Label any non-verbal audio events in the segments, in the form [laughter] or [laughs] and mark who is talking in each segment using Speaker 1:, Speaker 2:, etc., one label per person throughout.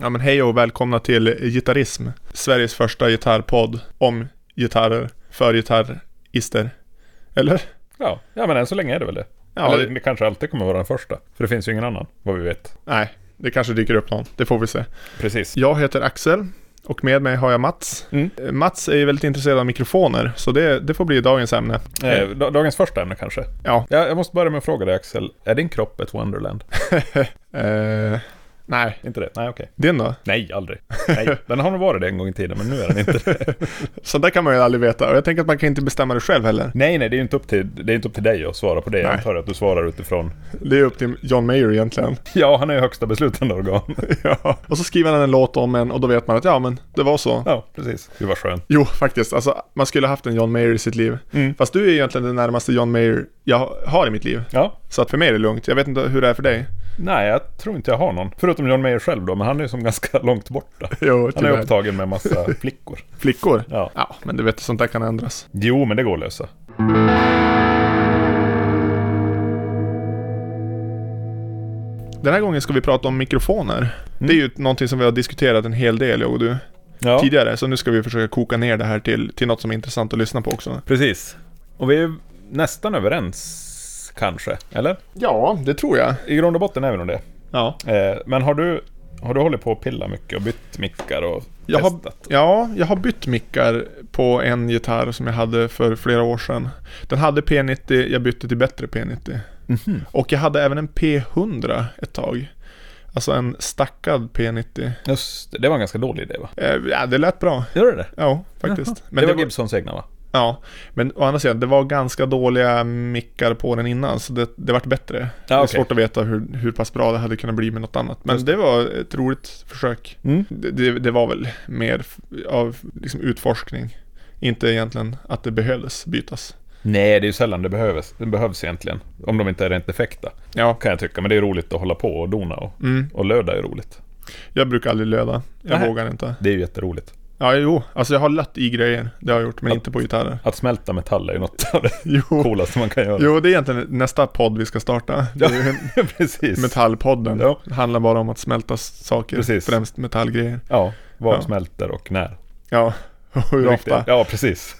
Speaker 1: Ja men hej och välkomna till Gitarrism, Sveriges första gitarrpodd om gitarrer, för gitarrister. Eller?
Speaker 2: Ja, ja men än så länge är det väl det.
Speaker 1: Ja,
Speaker 2: Eller
Speaker 1: det,
Speaker 2: det kanske alltid kommer vara den första. För det finns ju ingen annan, vad vi vet.
Speaker 1: nej, det kanske dyker upp någon. Det får vi se.
Speaker 2: Precis.
Speaker 1: Jag heter Axel och med mig har jag Mats.
Speaker 2: Mm.
Speaker 1: Eh, Mats är ju väldigt intresserad av mikrofoner, så det, det får bli dagens ämne. [laughs]
Speaker 2: Eh, da- dagens första ämne kanske.
Speaker 1: Ja.
Speaker 2: ja. Jag måste börja med att fråga dig Axel. Är din kropp ett Wonderland?
Speaker 1: Eh, nej,
Speaker 2: inte det? Nej, okej.
Speaker 1: din då?
Speaker 2: Nej, [laughs] aldrig. Nej. Den har nog varit det en gång i tiden, men nu är den inte det.
Speaker 1: Sånt där kan man ju aldrig veta och jag tänker att man kan inte bestämma det själv heller.
Speaker 2: Nej, nej, det är ju inte upp till, det är inte upp till dig att svara på det. Jag
Speaker 1: Nej.
Speaker 2: antar att du svarar utifrån...
Speaker 1: Det är upp till John Mayer egentligen.
Speaker 2: Ja, han är ju högsta beslutande [laughs] organ.
Speaker 1: ja. Och så skriver han en låt om en och då vet man att ja men det var så.
Speaker 2: Ja, precis. Gud vad skönt.
Speaker 1: Jo, faktiskt. Alltså, man skulle ha haft en John Mayer i sitt liv.
Speaker 2: Mm.
Speaker 1: Fast du är egentligen den närmaste John Mayer jag har i mitt liv.
Speaker 2: Ja,
Speaker 1: Så att för mig är det lugnt. Jag vet inte hur det är för dig.
Speaker 2: nej, jag tror inte jag har någon. Förutom John Mayer själv då, men han är ju som ganska [laughs] långt borta.
Speaker 1: Jo,
Speaker 2: Han är upptagen med massa flickor.
Speaker 1: Flickor?
Speaker 2: Ja.
Speaker 1: Ja, men du vet, sånt där kan ändras.
Speaker 2: Jo, men det går att lösa.
Speaker 1: Den här gången ska vi prata om mikrofoner. Det är ju någonting som vi har diskuterat en hel del, jag och du,
Speaker 2: Ja,
Speaker 1: tidigare. Så nu ska vi försöka koka ner det här till, till något som är intressant att lyssna på också.
Speaker 2: precis. Och vi är ju nästan överens, kanske. Eller?
Speaker 1: Ja, det tror jag.
Speaker 2: I grund och botten är vi nog det.
Speaker 1: Ja.
Speaker 2: Eh, men har du, har du hållit på att pilla mycket och bytt mickar och
Speaker 1: Jag har-
Speaker 2: testat?
Speaker 1: Ja, jag har bytt mickar på en gitarr som jag hade för flera år sedan. Den hade P90, jag bytte till bättre P90.
Speaker 2: Mhm.
Speaker 1: Och jag hade även en P100 ett tag. Alltså en stackad P90.
Speaker 2: Just det, det var en ganska dålig idé va?
Speaker 1: Eh, ja, det lät bra.
Speaker 2: Gör det det?
Speaker 1: Ja, faktiskt.
Speaker 2: Men det, var
Speaker 1: var-
Speaker 2: Gibsons egna va?
Speaker 1: ja, men å andra sidan, det var ganska dåliga mickar på den innan, så det, det vart bättre. det är
Speaker 2: okej.
Speaker 1: svårt att veta hur, hur pass bra det hade kunnat bli med något annat. Men det var ett roligt försök.
Speaker 2: Mm.
Speaker 1: Det, det, det var väl mer f- av liksom utforskning. Inte egentligen att det behövdes bytas.
Speaker 2: Nej, det är ju sällan det behövs, det behövs egentligen. Om de inte är rent defekta,
Speaker 1: Ja,
Speaker 2: kan jag tycka. Men det är ju roligt att hålla på och dona och,
Speaker 1: mm.
Speaker 2: och löda är ju roligt.
Speaker 1: jag brukar aldrig löda. Jag
Speaker 2: Nej.
Speaker 1: vågar inte.
Speaker 2: Det är ju jätteroligt.
Speaker 1: Ja, jo. Alltså jag har lött i grejer. Det har jag gjort, men
Speaker 2: Ja.
Speaker 1: inte på gitarrer.
Speaker 2: Att smälta metall är ju något av det [laughs]
Speaker 1: Jo.
Speaker 2: coolaste man kan göra.
Speaker 1: [laughs]
Speaker 2: [laughs]
Speaker 1: jo, det är egentligen nästa podd vi ska starta. Det är ju
Speaker 2: precis.
Speaker 1: [laughs] Metallpodden.
Speaker 2: Ja.
Speaker 1: Det handlar bara om att smälta s- saker.
Speaker 2: Precis.
Speaker 1: Främst metallgrejer.
Speaker 2: Ja, vad
Speaker 1: Ja.
Speaker 2: smälter och när.
Speaker 1: Ja, [laughs] och hur
Speaker 2: Det
Speaker 1: ofta.
Speaker 2: viktiga. Ja, precis.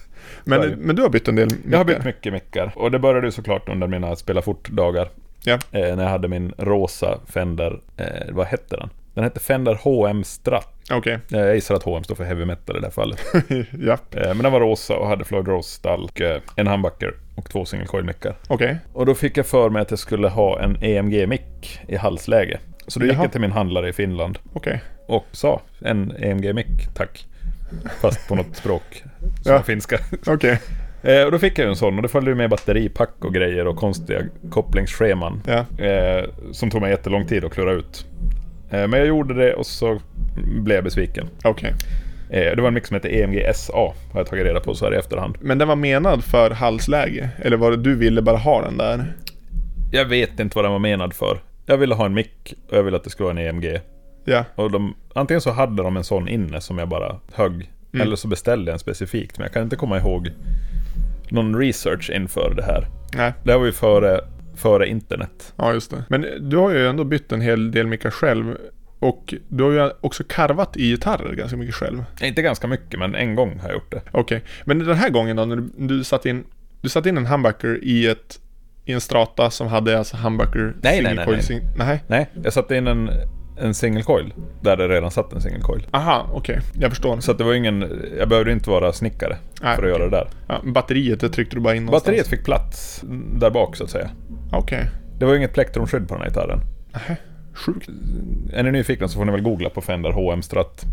Speaker 2: Så är det.
Speaker 1: Men, men du har bytt en del mickar.
Speaker 2: Jag har bytt mycket mickar. Och det började ju såklart under mina spela fort-dagar.
Speaker 1: Ja.
Speaker 2: Eh, när jag hade min rosa Fender, eh, vad hette den? Den hette Fender HM Strat.
Speaker 1: Okej, [laughs]
Speaker 2: Eh, jag gissar att HM står för heavy metal i det här fallet.
Speaker 1: ja,
Speaker 2: Eh, men den var rosa och hade Floyd Rose-stall, och, eh, en humbucker och två single coil-mickar.
Speaker 1: okej.
Speaker 2: Och då fick jag för mig att jag skulle ha en E EMG-mick i halsläge. Så då gick
Speaker 1: Jaha.
Speaker 2: jag till min handlare i Finland
Speaker 1: Okej.
Speaker 2: och sa en E EMG-mick, tack. Fast på något språk
Speaker 1: Ja.
Speaker 2: som var finska.
Speaker 1: Okej,
Speaker 2: Eh, och då fick jag ju en sån och det följde ju med batteripack och grejer och konstiga kopplingsscheman.
Speaker 1: ja.
Speaker 2: Eh, som tog mig jättelång tid att klura ut. Eh, men jag gjorde det och så blev jag besviken.
Speaker 1: Okej.
Speaker 2: Eh, det var en mick som hette EMG SA har jag tagit reda på så här i efterhand.
Speaker 1: Men den var menad för halsläge? Eller var det du ville bara ha den där?
Speaker 2: Jag vet inte vad den var menad för. Jag ville ha en mick och jag ville att det skulle vara en EMG.
Speaker 1: Ja,
Speaker 2: Och de, antingen så hade de en sån inne som jag bara högg. Eller så beställde jag en specifikt. Men jag kan inte komma ihåg någon research inför det här.
Speaker 1: nej.
Speaker 2: Det här var ju före, före internet.
Speaker 1: Ja, just det. Men du har ju ändå bytt en hel del mickar själv. Och du har ju också karvat i gitarrer ganska mycket själv.
Speaker 2: Inte ganska mycket, men en gång har jag gjort det.
Speaker 1: Okej. Men den här gången då, när du, du satte in... Du satte in en humbucker i ett... I en strata som hade alltså humbucker...
Speaker 2: nej,
Speaker 1: single
Speaker 2: nej,
Speaker 1: coil,
Speaker 2: nej.
Speaker 1: sing- nej.
Speaker 2: Nej, jag satte in en, en single coil. Där det redan satt en single coil.
Speaker 1: Aha, okej. Jag förstår.
Speaker 2: Så att det var ingen, jag behövde inte vara snickare
Speaker 1: Nej,
Speaker 2: för att göra det där.
Speaker 1: Ja, batteriet, det tryckte du bara in någonstans.
Speaker 2: Batteriet fick plats där bak så att säga.
Speaker 1: Okej.
Speaker 2: Det var ju inget plektrumskydd på den här gitarren.
Speaker 1: Nähä. Sjukt.
Speaker 2: Är ni nyfikna så får ni väl googla på Fender
Speaker 1: [laughs]
Speaker 2: HM Strat.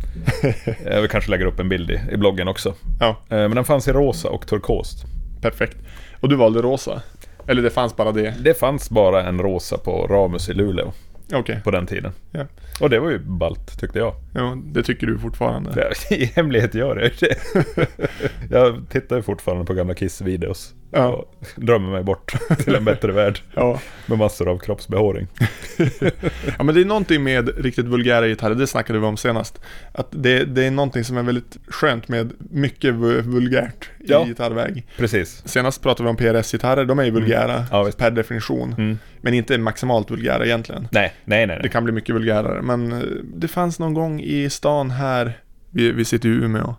Speaker 2: Eh, Vi kanske lägger upp en bild i, i bloggen också. Eh,
Speaker 1: Ja,
Speaker 2: Men den fanns i rosa och turkost.
Speaker 1: perfekt. Och du valde rosa? Eller det fanns bara det?
Speaker 2: Det fanns bara en rosa på Ramus i Luleå
Speaker 1: Okej.
Speaker 2: på den tiden.
Speaker 1: Ja.
Speaker 2: Och det var ju ballt tyckte jag.
Speaker 1: Ja, det tycker du fortfarande.
Speaker 2: [laughs] Det här- I hemlighet gör jag det. [laughs] Jag tittar ju fortfarande på gamla Kiss-videos.
Speaker 1: Ja.
Speaker 2: Och drömmer mig bort [laughs] till en bättre värld.
Speaker 1: Ja.
Speaker 2: Med massor av kroppsbehåring.
Speaker 1: ja, men det är någonting med riktigt vulgära gitarrer, det snackade vi om senast. Att det, det är någonting som är väldigt skönt med mycket vu- vulgärt i i
Speaker 2: Ja.
Speaker 1: gitarrväg.
Speaker 2: Precis.
Speaker 1: Senast pratade vi om PRS-gitarrer, de är ju vulgära
Speaker 2: Ja, visst.
Speaker 1: per definition.
Speaker 2: Mm.
Speaker 1: Men inte maximalt vulgära egentligen.
Speaker 2: Nej, nej, nej.
Speaker 1: Det
Speaker 2: nej.
Speaker 1: kan bli mycket vulgärare, men eh, det fanns någon gång i stan här, vi, vi sitter i Umeå,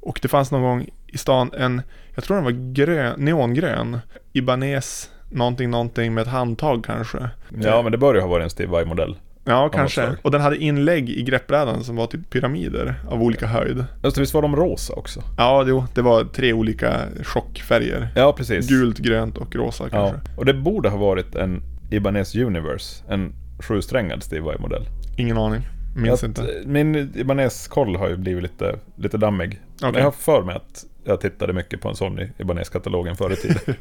Speaker 1: och det fanns någon gång i stan en, jag tror den var grön, neongrön, Ibanez någonting någonting med ett handtag kanske.
Speaker 2: Ja, men det bör ju ha varit en Steve Vai-modell.
Speaker 1: Ja,
Speaker 2: något
Speaker 1: kanske.
Speaker 2: slag.
Speaker 1: Och den hade inlägg i greppbrädan som var typ pyramider av olika höjd.
Speaker 2: Just det, Alltså, visst var de rosa också?
Speaker 1: Ja, jo, det var tre olika chockfärger.
Speaker 2: Ja, precis.
Speaker 1: Gult, grönt och rosa
Speaker 2: Ja.
Speaker 1: kanske.
Speaker 2: Och det borde ha varit en Ibanez Universe. En sjusträngad Steve Vai-modell.
Speaker 1: Ingen aning. Minns
Speaker 2: Jag- eh,
Speaker 1: inte.
Speaker 2: Min Ibanez-koll har ju blivit lite, lite dammig. Men
Speaker 1: Okej.
Speaker 2: Jag har för mig att jag tittade mycket på en sån i Ibanez-katalogen förr
Speaker 1: [laughs]
Speaker 2: i tiden.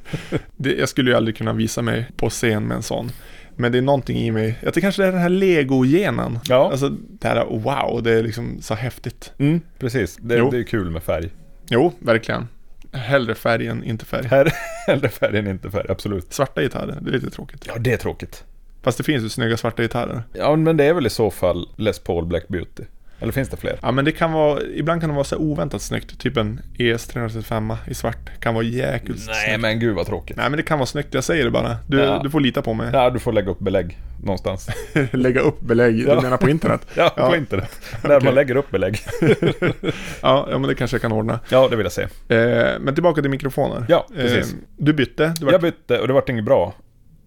Speaker 1: Det, jag skulle ju aldrig kunna visa mig på scen med en sån. Men det är någonting i mig. Jag tycker kanske det är den här lego-genen.
Speaker 2: Ja.
Speaker 1: Alltså det här wow, det är liksom så häftigt.
Speaker 2: Mm, precis. Det,
Speaker 1: Jo.
Speaker 2: det är kul med färg.
Speaker 1: Jo, verkligen. Hellre färg än inte färg.
Speaker 2: Här, [laughs] eller färg än inte färg, absolut.
Speaker 1: Svarta gitarrer, det är lite tråkigt.
Speaker 2: Ja, det är tråkigt.
Speaker 1: Fast det finns ju snygga svarta gitarrer.
Speaker 2: Ja, men det är väl i så fall Les Paul Black Beauty. Eller finns det fler?
Speaker 1: Ja men det kan vara, ibland kan det vara så här oväntat snyggt. Typ en ES 335 i svart. Kan vara jäkligt
Speaker 2: Nej,
Speaker 1: snyggt.
Speaker 2: men gud vad tråkigt.
Speaker 1: Nej men det kan vara snyggt, jag säger det bara. Du,
Speaker 2: Ja.
Speaker 1: du får lita på mig.
Speaker 2: Ja, du får lägga upp belägg någonstans.
Speaker 1: [laughs]
Speaker 2: [laughs]
Speaker 1: Lägga upp belägg,
Speaker 2: Ja.
Speaker 1: du menar på internet?
Speaker 2: Ja,
Speaker 1: Ja.
Speaker 2: på internet. Där
Speaker 1: Okej.
Speaker 2: man lägger upp belägg.
Speaker 1: Ja, ja men det kanske jag kan ordna.
Speaker 2: Ja, det vill jag se.
Speaker 1: Eh, men tillbaka till mikrofoner.
Speaker 2: Ja, precis.
Speaker 1: Eh, du bytte, du
Speaker 2: Jag
Speaker 1: vart,
Speaker 2: bytte och det vart inget bra.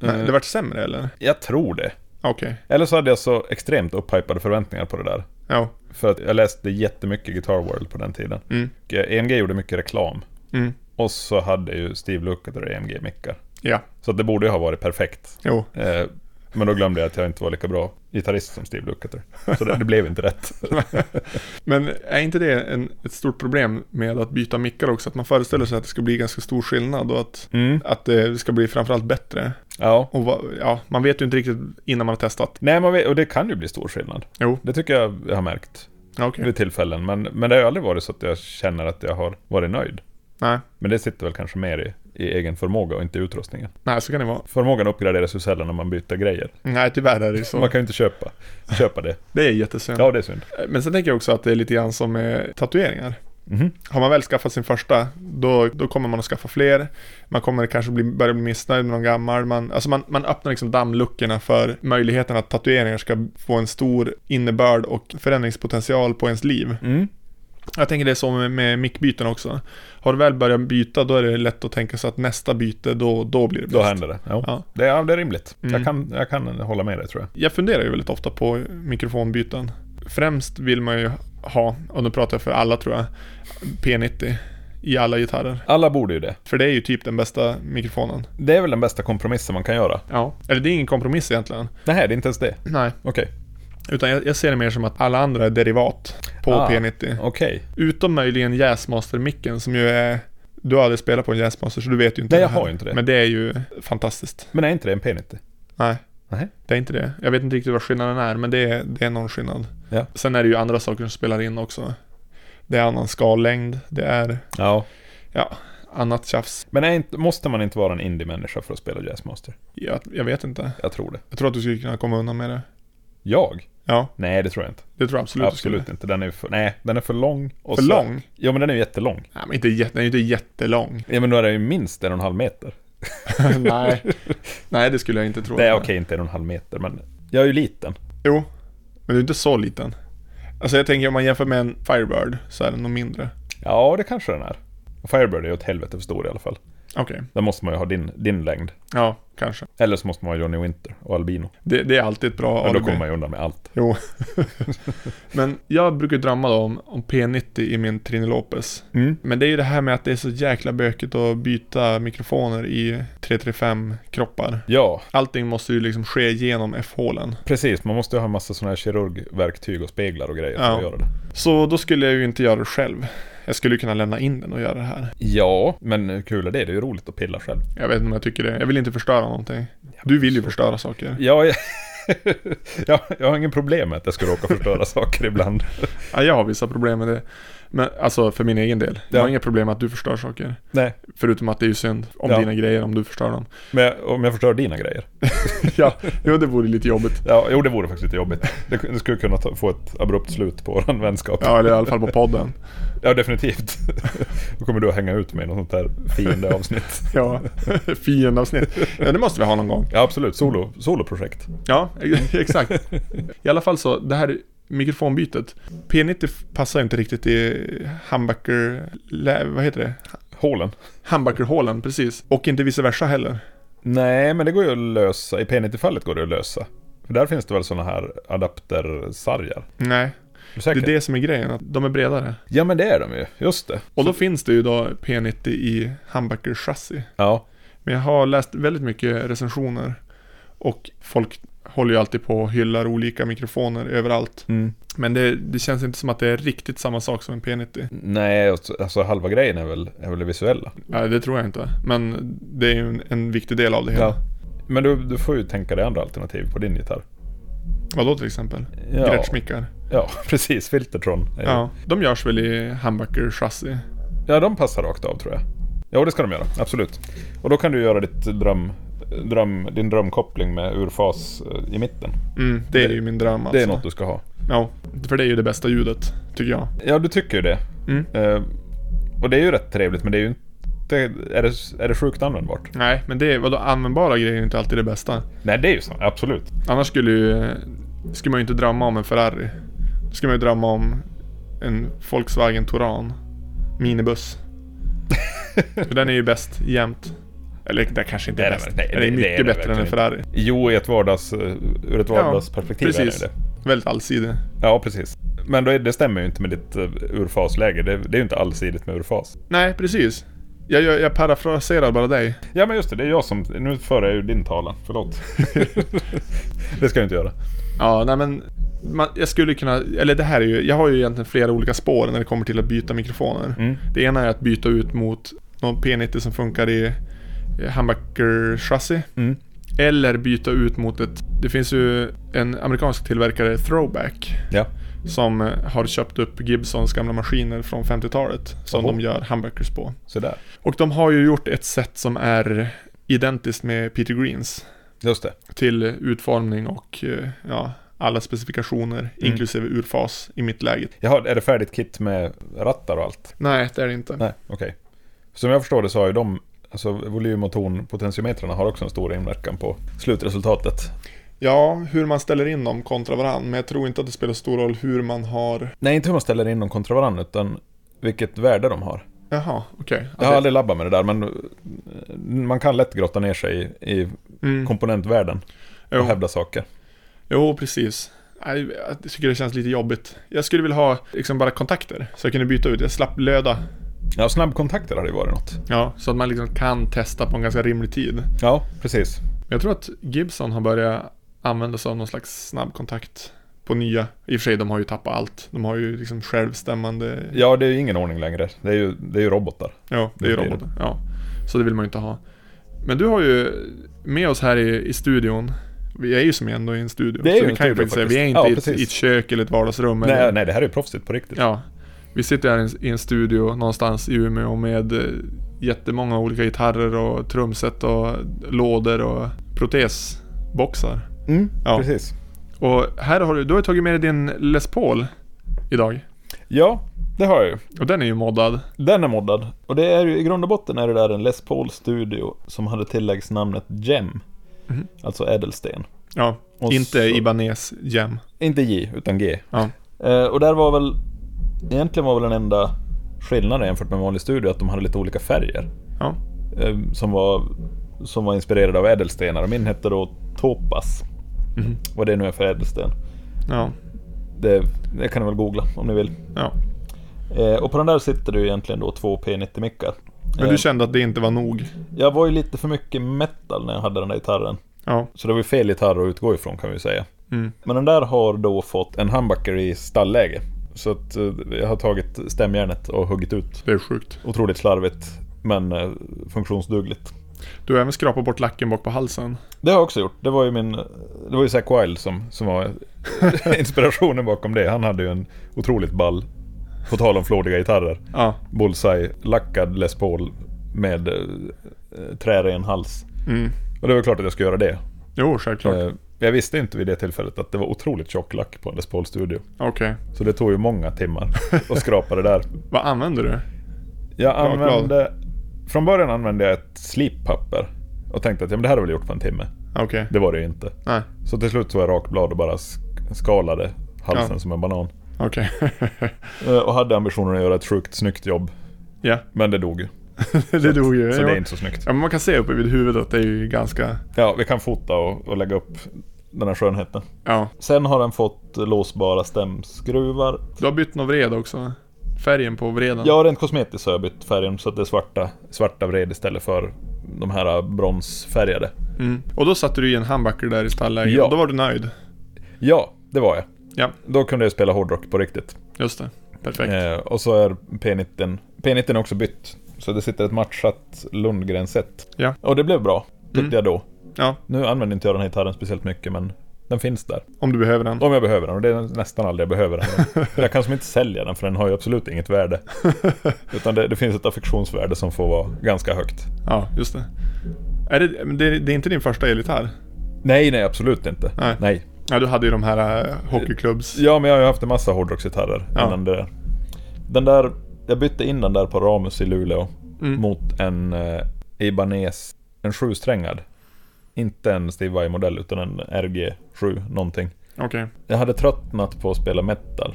Speaker 2: Eh,
Speaker 1: nej, det vart sämre eller?
Speaker 2: Jag tror det.
Speaker 1: Ah, Okej,
Speaker 2: Eller så hade jag så extremt upphypade förväntningar på det där.
Speaker 1: ja.
Speaker 2: För att jag läste jättemycket Guitar World på den tiden.
Speaker 1: Mm.
Speaker 2: Och, eh, EMG gjorde mycket reklam.
Speaker 1: Mm.
Speaker 2: Och så hade ju Steve Lukather E EMG-mickar.
Speaker 1: Ja,
Speaker 2: Så att det borde ju ha varit perfekt.
Speaker 1: jo.
Speaker 2: Eh, Men då glömde jag att jag inte var lika bra gitarrist som Steve Lukather. Så det, det blev inte rätt.
Speaker 1: Men är inte det en, ett stort problem med att byta mickar också? Att man föreställer sig att det ska bli ganska stor skillnad och att,
Speaker 2: Mm.
Speaker 1: att eh, det ska bli framförallt bättre.
Speaker 2: Ja.
Speaker 1: Och vad, ja, man vet ju inte riktigt innan man har testat.
Speaker 2: Nej, man vet, och det kan ju bli stor skillnad.
Speaker 1: Jo,
Speaker 2: Det tycker jag jag har märkt
Speaker 1: ja, okej.
Speaker 2: vid tillfällen. Men, men det har ju aldrig varit så att jag känner att jag har varit nöjd.
Speaker 1: Nej.
Speaker 2: Men det sitter väl kanske mer i, i egen förmåga och inte i utrustningen.
Speaker 1: Nej, så kan det vara.
Speaker 2: Förmågan uppgraderas ju sällan när man byter grejer.
Speaker 1: Nej, tyvärr är det ju
Speaker 2: Man
Speaker 1: så.
Speaker 2: kan ju inte köpa, köpa det.
Speaker 1: Det är jättesynd.
Speaker 2: Ja, det är synd.
Speaker 1: Men sen tänker jag också att det är lite grann som med tatueringar.
Speaker 2: Mhm.
Speaker 1: Har man väl skaffat sin första, då, då kommer man att skaffa fler. Man kommer kanske bli, börja bli missnöjd med någon gammal. Man, alltså man, man öppnar liksom dammluckorna för möjligheten att tatueringar ska få en stor innebörd och förändringspotential på ens liv.
Speaker 2: Mm.
Speaker 1: Jag tänker det är så med, med mickbyten också. Har du väl börjat byta, då är det lätt att tänka sig att nästa byte, då, då blir det
Speaker 2: Då
Speaker 1: bäst.
Speaker 2: händer det. Ja.
Speaker 1: Ja.
Speaker 2: Det, är, ja, det är rimligt.
Speaker 1: Mm.
Speaker 2: Jag, kan, jag kan hålla med dig tror jag.
Speaker 1: Jag funderar ju väldigt ofta på mikrofonbyten. Främst vill man ju ha, och nu pratar jag för alla tror jag, P90 i alla gitarrer.
Speaker 2: Alla borde ju det.
Speaker 1: För det är ju typ den bästa mikrofonen.
Speaker 2: Det är väl den bästa kompromissen man kan göra.
Speaker 1: Ja. Eller det är ingen kompromiss egentligen.
Speaker 2: Nej, det är inte ens det.
Speaker 1: Nej.
Speaker 2: Okej.
Speaker 1: Utan jag, jag ser det mer som att alla andra är derivat på
Speaker 2: Ah.
Speaker 1: P90.
Speaker 2: Okej.
Speaker 1: Utom möjligen Jazzmaster-micken som ju är... Du har aldrig spelat på en Jazzmaster så du vet ju inte
Speaker 2: Nej,
Speaker 1: det
Speaker 2: jag
Speaker 1: här.
Speaker 2: har ju inte det.
Speaker 1: Men det är ju fantastiskt.
Speaker 2: Men är inte det en P90?
Speaker 1: Nej.
Speaker 2: Nej.
Speaker 1: Det är inte det. Jag vet inte riktigt vad skillnaden är, men det är, det är någon skillnad.
Speaker 2: Ja.
Speaker 1: Sen är det ju andra saker som spelar in också. Det är annan skallängd, det är
Speaker 2: Ja.
Speaker 1: annat tjafs.
Speaker 2: Men är inte, måste man inte vara en indie-människa för att spela jazzmaster?
Speaker 1: Jag, jag vet inte.
Speaker 2: Jag tror det.
Speaker 1: Jag tror att du skulle kunna komma undan med det.
Speaker 2: Jag?
Speaker 1: Ja,
Speaker 2: Nej, det tror jag inte.
Speaker 1: det tror jag absolut,
Speaker 2: Absolut
Speaker 1: du
Speaker 2: inte. Den är ju för, nej, den är för lång. och
Speaker 1: skulle. För
Speaker 2: så-
Speaker 1: lång?
Speaker 2: Ja, men den är ju jättelång.
Speaker 1: Nej, men inte, jät- den är ju inte
Speaker 2: [laughs]
Speaker 1: jättelång.
Speaker 2: Ja, men då är den ju minst en och en halv meter.
Speaker 1: Nej. Nej, det skulle jag inte tro.
Speaker 2: Nej, okej, inte en och en halv meter, men jag är ju liten.
Speaker 1: Jo, men du är inte så liten. Alltså jag tänker om man jämför med en Firebird så är den nog mindre.
Speaker 2: Ja, det kanske den är. Och Firebird är ju åt helvete för stor i alla fall.
Speaker 1: Okej,
Speaker 2: Där måste man ju ha din, din längd.
Speaker 1: ja, kanske.
Speaker 2: Eller så måste man ha Johnny Winter och Albino.
Speaker 1: Det, det är alltid ett bra
Speaker 2: Men då
Speaker 1: alibi.
Speaker 2: kommer man ju undan med allt.
Speaker 1: Jo. Men jag brukar ju drömma då om, om P90 i min Trini Lopez.
Speaker 2: Mm.
Speaker 1: Men det är ju det här med att det är så jäkla bökigt att byta mikrofoner i 335-kroppar.
Speaker 2: Ja,
Speaker 1: Allting måste ju liksom ske genom F-hålen.
Speaker 2: precis. Man måste ju ha en massa sådana här kirurgverktyg och speglar och grejer för
Speaker 1: Ja.
Speaker 2: att göra det.
Speaker 1: Så då skulle jag ju inte göra det själv. Jag skulle ju kunna lämna in den och göra det här.
Speaker 2: Ja, men hur kul är det? Det är ju roligt att pilla själv.
Speaker 1: Jag vet inte om jag tycker det. Jag vill inte förstöra någonting. Du vill ju förstöra saker.
Speaker 2: Ja, [laughs] jag, jag, jag har ingen problem med att jag ska råka förstöra [laughs] saker ibland.
Speaker 1: Ja, jag har vissa problem med det. Men alltså för min egen del. Jag
Speaker 2: Ja.
Speaker 1: har inga problem med att du förstör saker.
Speaker 2: Nej,
Speaker 1: Förutom att det är ju synd om
Speaker 2: Ja.
Speaker 1: dina grejer om du förstör dem. [laughs]
Speaker 2: men jag, om jag förstör dina grejer.
Speaker 1: ja, jo det vore lite jobbigt.
Speaker 2: Ja, jo, det vore faktiskt lite jobbigt. Det, det skulle kunna ta, få ett abrupt slut på vår vänskap. Ja.
Speaker 1: Ja, eller i alla fall på podden.
Speaker 2: definitivt. [laughs] Då kommer du att hänga ut mig i något sånt där fiendeavsnitt.
Speaker 1: [laughs] Ja, fiendavsnitt. Ja, det måste vi ha någon gång.
Speaker 2: Ja, absolut. Solo, soloprojekt.
Speaker 1: Ja, [laughs] exakt. I alla fall så, det här mikrofonbytet. P90 f- passar ju inte riktigt i humbucker... lä- Vad heter det?
Speaker 2: Hålen.
Speaker 1: Humbuckerhålen, precis. Och inte vice versa heller.
Speaker 2: Nej, men det går ju att lösa. I P90-fallet går det att lösa. För där finns det väl såna här adaptersargar?
Speaker 1: Nej,
Speaker 2: Är du säker?
Speaker 1: det är det som är grejen. Att de är bredare.
Speaker 2: Ja, men det är de ju. Just det.
Speaker 1: Och då finns det ju då P90 i humbucker chassi.
Speaker 2: Ja.
Speaker 1: Men jag har läst väldigt mycket recensioner. Och folk håller ju alltid på och hyllar olika mikrofoner överallt.
Speaker 2: Mm.
Speaker 1: Men det, det känns inte som att det är riktigt samma sak som en P90.
Speaker 2: Nej, alltså halva grejen är väl, är väl det visuella.
Speaker 1: Nej, det tror jag inte. Men det är ju en, en viktig del av det hela.
Speaker 2: Ja. Men du, du får ju tänka dig andra alternativ på din gitarr.
Speaker 1: Vadå till exempel?
Speaker 2: Ja.
Speaker 1: Gretschmickar.
Speaker 2: Ja, [laughs] precis. Filtertron. är ju-
Speaker 1: Ja. De görs väl i humbucker chassi?
Speaker 2: ja, de passar rakt av tror jag. Ja, det ska de göra. Absolut. Och då kan du göra ditt dröm, dröm, din drömkoppling med urfas eh, i mitten.
Speaker 1: Mm, det är ju min dröm alltså.
Speaker 2: Det är något du ska ha.
Speaker 1: Ja, för det är ju det bästa ljudet, tycker jag.
Speaker 2: Ja, du tycker ju det.
Speaker 1: Mm.
Speaker 2: Eh, och det är ju rätt trevligt, men det är ju inte... Är det, är det sjukt användbart?
Speaker 1: Nej, men det, vadå användbara grejer är ju inte alltid det bästa.
Speaker 2: Nej, det är ju så. Absolut.
Speaker 1: Annars skulle ju, skulle man ju inte drömma om en Ferrari. Då skulle man ju drömma om en Volkswagen Touran.
Speaker 2: [laughs]
Speaker 1: Minibuss. För den är ju bäst jämt. Eller det kanske inte är
Speaker 2: Det är
Speaker 1: bäst.
Speaker 2: den- nej,
Speaker 1: den är
Speaker 2: det- det
Speaker 1: mycket
Speaker 2: är den
Speaker 1: bättre än en
Speaker 2: verkligen
Speaker 1: Ferrari.
Speaker 2: Jo, i ett vardags, eh, ur ett vardagsperspektiv är
Speaker 1: precis.
Speaker 2: det det.
Speaker 1: Väldigt allsidig.
Speaker 2: Ja, precis. Men då är, det stämmer ju inte med ditt eh, urfasläge. Det, det är ju inte allsidigt med urfas.
Speaker 1: Nej, precis. Jag, jag, jag parafraserar bara dig.
Speaker 2: Ja, men just det. Det är jag som... Nu för jag ju din talan. Förlåt. [laughs] det ska jag inte göra.
Speaker 1: Ja, nej men. Man, jag skulle kunna, eller det här är ju, jag har ju egentligen flera olika spår när det kommer till att byta mikrofoner.
Speaker 2: Mm.
Speaker 1: Det ena är att byta ut mot någon P90 som funkar i eh, humbucker chassi.
Speaker 2: Mm.
Speaker 1: Eller byta ut mot ett, det finns ju en amerikansk tillverkare, Throwback,
Speaker 2: Ja.
Speaker 1: som eh, har köpt upp Gibsons gamla maskiner från 50-talet som
Speaker 2: Oho.
Speaker 1: de gör humbuckers på.
Speaker 2: Sådär.
Speaker 1: Och de har ju gjort ett sätt som är identiskt med Peter Greens
Speaker 2: Just det.
Speaker 1: till utformning och eh, ja, alla specifikationer
Speaker 2: Mm.
Speaker 1: inklusive urfas i mitt läge.
Speaker 2: Jaha, är det färdigt kit med rattar och allt?
Speaker 1: Nej, det är det inte.
Speaker 2: Nej, okej. Som jag förstår det så har ju de, alltså volym och tonpotentiometrarna har också en stor inverkan på slutresultatet.
Speaker 1: Ja, hur man ställer in dem kontra varandra, men jag tror inte att det spelar stor roll hur man har...
Speaker 2: Nej, inte hur man ställer in dem kontra varandra, utan vilket värde de har.
Speaker 1: Jaha, okej.
Speaker 2: Jag har aldrig labbat med det där, men eh, man kan lätt grotta ner sig i, i
Speaker 1: Mm.
Speaker 2: komponentvärlden och
Speaker 1: Jo,
Speaker 2: hävda saker.
Speaker 1: jo, precis. Nej, Jag tycker det känns lite jobbigt. Jag skulle vilja ha liksom bara kontakter, så jag kunde byta ut. Jag slapp löda.
Speaker 2: Ja, snabbkontakter hade ju varit något.
Speaker 1: Ja, så att man liksom kan testa på en ganska rimlig tid.
Speaker 2: Ja, precis.
Speaker 1: Men jag tror att Gibson har börjat använda sig av någon slags snabbkontakt på nya. I och för sig, de har ju tappat allt. De har ju liksom självstämmande.
Speaker 2: Ja, det är ju ingen ordning längre. Det är ju, det är ju robotar.
Speaker 1: Ja, det är ju
Speaker 2: Det blir det.
Speaker 1: robotar. Ja. Så det vill man ju inte ha. Men du har ju med oss här i, i studion. Vi är ju som ändå i en studio.
Speaker 2: Det är
Speaker 1: så
Speaker 2: ju
Speaker 1: vi
Speaker 2: en
Speaker 1: kan ju
Speaker 2: studio
Speaker 1: faktiskt säga, vi är
Speaker 2: faktiskt.
Speaker 1: inte
Speaker 2: Ja,
Speaker 1: i, ett,
Speaker 2: precis.
Speaker 1: i ett kök eller ett vardagsrum. eller,
Speaker 2: Nej, nej, det här är ju proffsigt på riktigt.
Speaker 1: Ja. Vi sitter här i en, i en studio någonstans i Umeå med eh, jättemånga olika gitarrer och trumset och lådor och protesboxar.
Speaker 2: Mm,
Speaker 1: Ja.
Speaker 2: precis.
Speaker 1: Och här har du, du har ju tagit med dig din Les Paul idag.
Speaker 2: Ja, det har jag ju.
Speaker 1: Och den är ju moddad.
Speaker 2: Den är moddad. Och det är ju i grund och botten är det där en Les Paul Studio som hade tilläggsnamnet Gem.
Speaker 1: Mhm.
Speaker 2: Alltså ädelsten.
Speaker 1: Ja,
Speaker 2: Och
Speaker 1: inte
Speaker 2: så-
Speaker 1: Ibanez Gem.
Speaker 2: Inte J, utan G.
Speaker 1: Ja.
Speaker 2: Eh, och där var väl... Egentligen var väl den enda skillnaden jämfört med en vanlig studio att de hade lite olika färger.
Speaker 1: Ja.
Speaker 2: Eh, som, var, som var inspirerade av ädelstenar. Och min hette då Topas.
Speaker 1: Mhm.
Speaker 2: Vad det nu är för ädelsten.
Speaker 1: Ja.
Speaker 2: Det, det kan ni väl googla om ni vill.
Speaker 1: ja.
Speaker 2: Eh, och på den där sitter det ju egentligen då två P90-mickar.
Speaker 1: Men
Speaker 2: Eh,
Speaker 1: du kände att det inte var nog?
Speaker 2: Jag var ju lite för mycket metal när jag hade den där gitarren.
Speaker 1: Ja.
Speaker 2: Så det var ju fel gitarr att utgå ifrån kan vi ju säga.
Speaker 1: Mm.
Speaker 2: Men den där har då fått en humbucker i stallläge. Så att eh, jag har tagit stämjärnet och huggit ut.
Speaker 1: Det är sjukt.
Speaker 2: Otroligt slarvigt, men eh, funktionsdugligt.
Speaker 1: Du har även skrapat bort lacken bak på halsen.
Speaker 2: Det har jag också gjort. Det var ju min... Det var ju [laughs] Zack Wilde som, som var inspirationen bakom det. Han hade ju en otroligt ball På tal om flådiga gitarrer.
Speaker 1: Ja.
Speaker 2: Bullseye, lackad Les Paul med eh, trären hals.
Speaker 1: Mm.
Speaker 2: Och det var klart att jag skulle göra det.
Speaker 1: Jo, självklart.
Speaker 2: Eh, jag visste inte vid det tillfället att det var otroligt tjock lack på en Les Paul Studio.
Speaker 1: Okej.
Speaker 2: Så det tog ju många timmar att skrapa det där.
Speaker 1: Vad använder du? [laughs]
Speaker 2: Jag
Speaker 1: Bra, glad.
Speaker 2: använde... Från början använde jag ett slippapper. Och tänkte att ja, men det här har jag väl gjort på en timme.
Speaker 1: Okej.
Speaker 2: Det var det ju inte.
Speaker 1: Nej.
Speaker 2: Så till slut tog jag rakblad och bara sk- skalade halsen
Speaker 1: Ja.
Speaker 2: som en banan.
Speaker 1: Okej. [laughs]
Speaker 2: Eh, Och hade ambitionen att göra ett sjukt snyggt jobb.
Speaker 1: ja, [laughs]
Speaker 2: Men det dog ju.
Speaker 1: det dog ju.
Speaker 2: Så det är
Speaker 1: Ja,
Speaker 2: inte så snyggt.
Speaker 1: men man kan se uppe vid huvudet att det är ju ganska...
Speaker 2: Ja, vi kan fota och, och lägga upp den här skönheten.
Speaker 1: Ja.
Speaker 2: Sen har den fått låsbara stämskruvar.
Speaker 1: Du har bytt någon vred också? va? Färgen på vreden?
Speaker 2: Ja, rent kosmetiskt har jag bytt färgen så att det är svarta, svarta vred istället för de här bronsfärgade.
Speaker 1: Mm. Och då satte du i en handbacker där i stallläget
Speaker 2: Ja.
Speaker 1: och då var du nöjd?
Speaker 2: Ja, det var jag.
Speaker 1: Ja,
Speaker 2: Då kunde jag spela hårdrock på riktigt.
Speaker 1: just det. Perfekt.
Speaker 2: Eh, och så är P90 P90 är också bytt. Så det sitter ett matchat Lundgren-set.
Speaker 1: Ja.
Speaker 2: Och det blev bra, tyckte
Speaker 1: Mm.
Speaker 2: jag då.
Speaker 1: Ja,
Speaker 2: Nu använder inte jag den här gitarren speciellt mycket, men den finns där.
Speaker 1: om du behöver den.
Speaker 2: Om jag behöver den, och det är nästan aldrig jag behöver den. för jag kan som inte sälja den, för den har ju absolut inget värde. Utan det, det finns ett affektionsvärde som får vara ganska högt.
Speaker 1: [laughs] Ja, just det. Är det, men det, det är inte din första elgitarr?
Speaker 2: Nej, nej, absolut inte.
Speaker 1: Nej.
Speaker 2: nej.
Speaker 1: Ja, du hade ju de här eh, hockeyklubbs...
Speaker 2: Ja, men jag har ju haft en massa hårdrocksgitarrer
Speaker 1: Ja.
Speaker 2: innan det där. Den där, jag bytte in den där på Ramus i Luleå
Speaker 1: Mm.
Speaker 2: mot en eh, Ibanez, en sjusträngad. Inte en Steve Vai-modell utan en RG7 någonting.
Speaker 1: Okej.
Speaker 2: Jag hade tröttnat på att spela metal.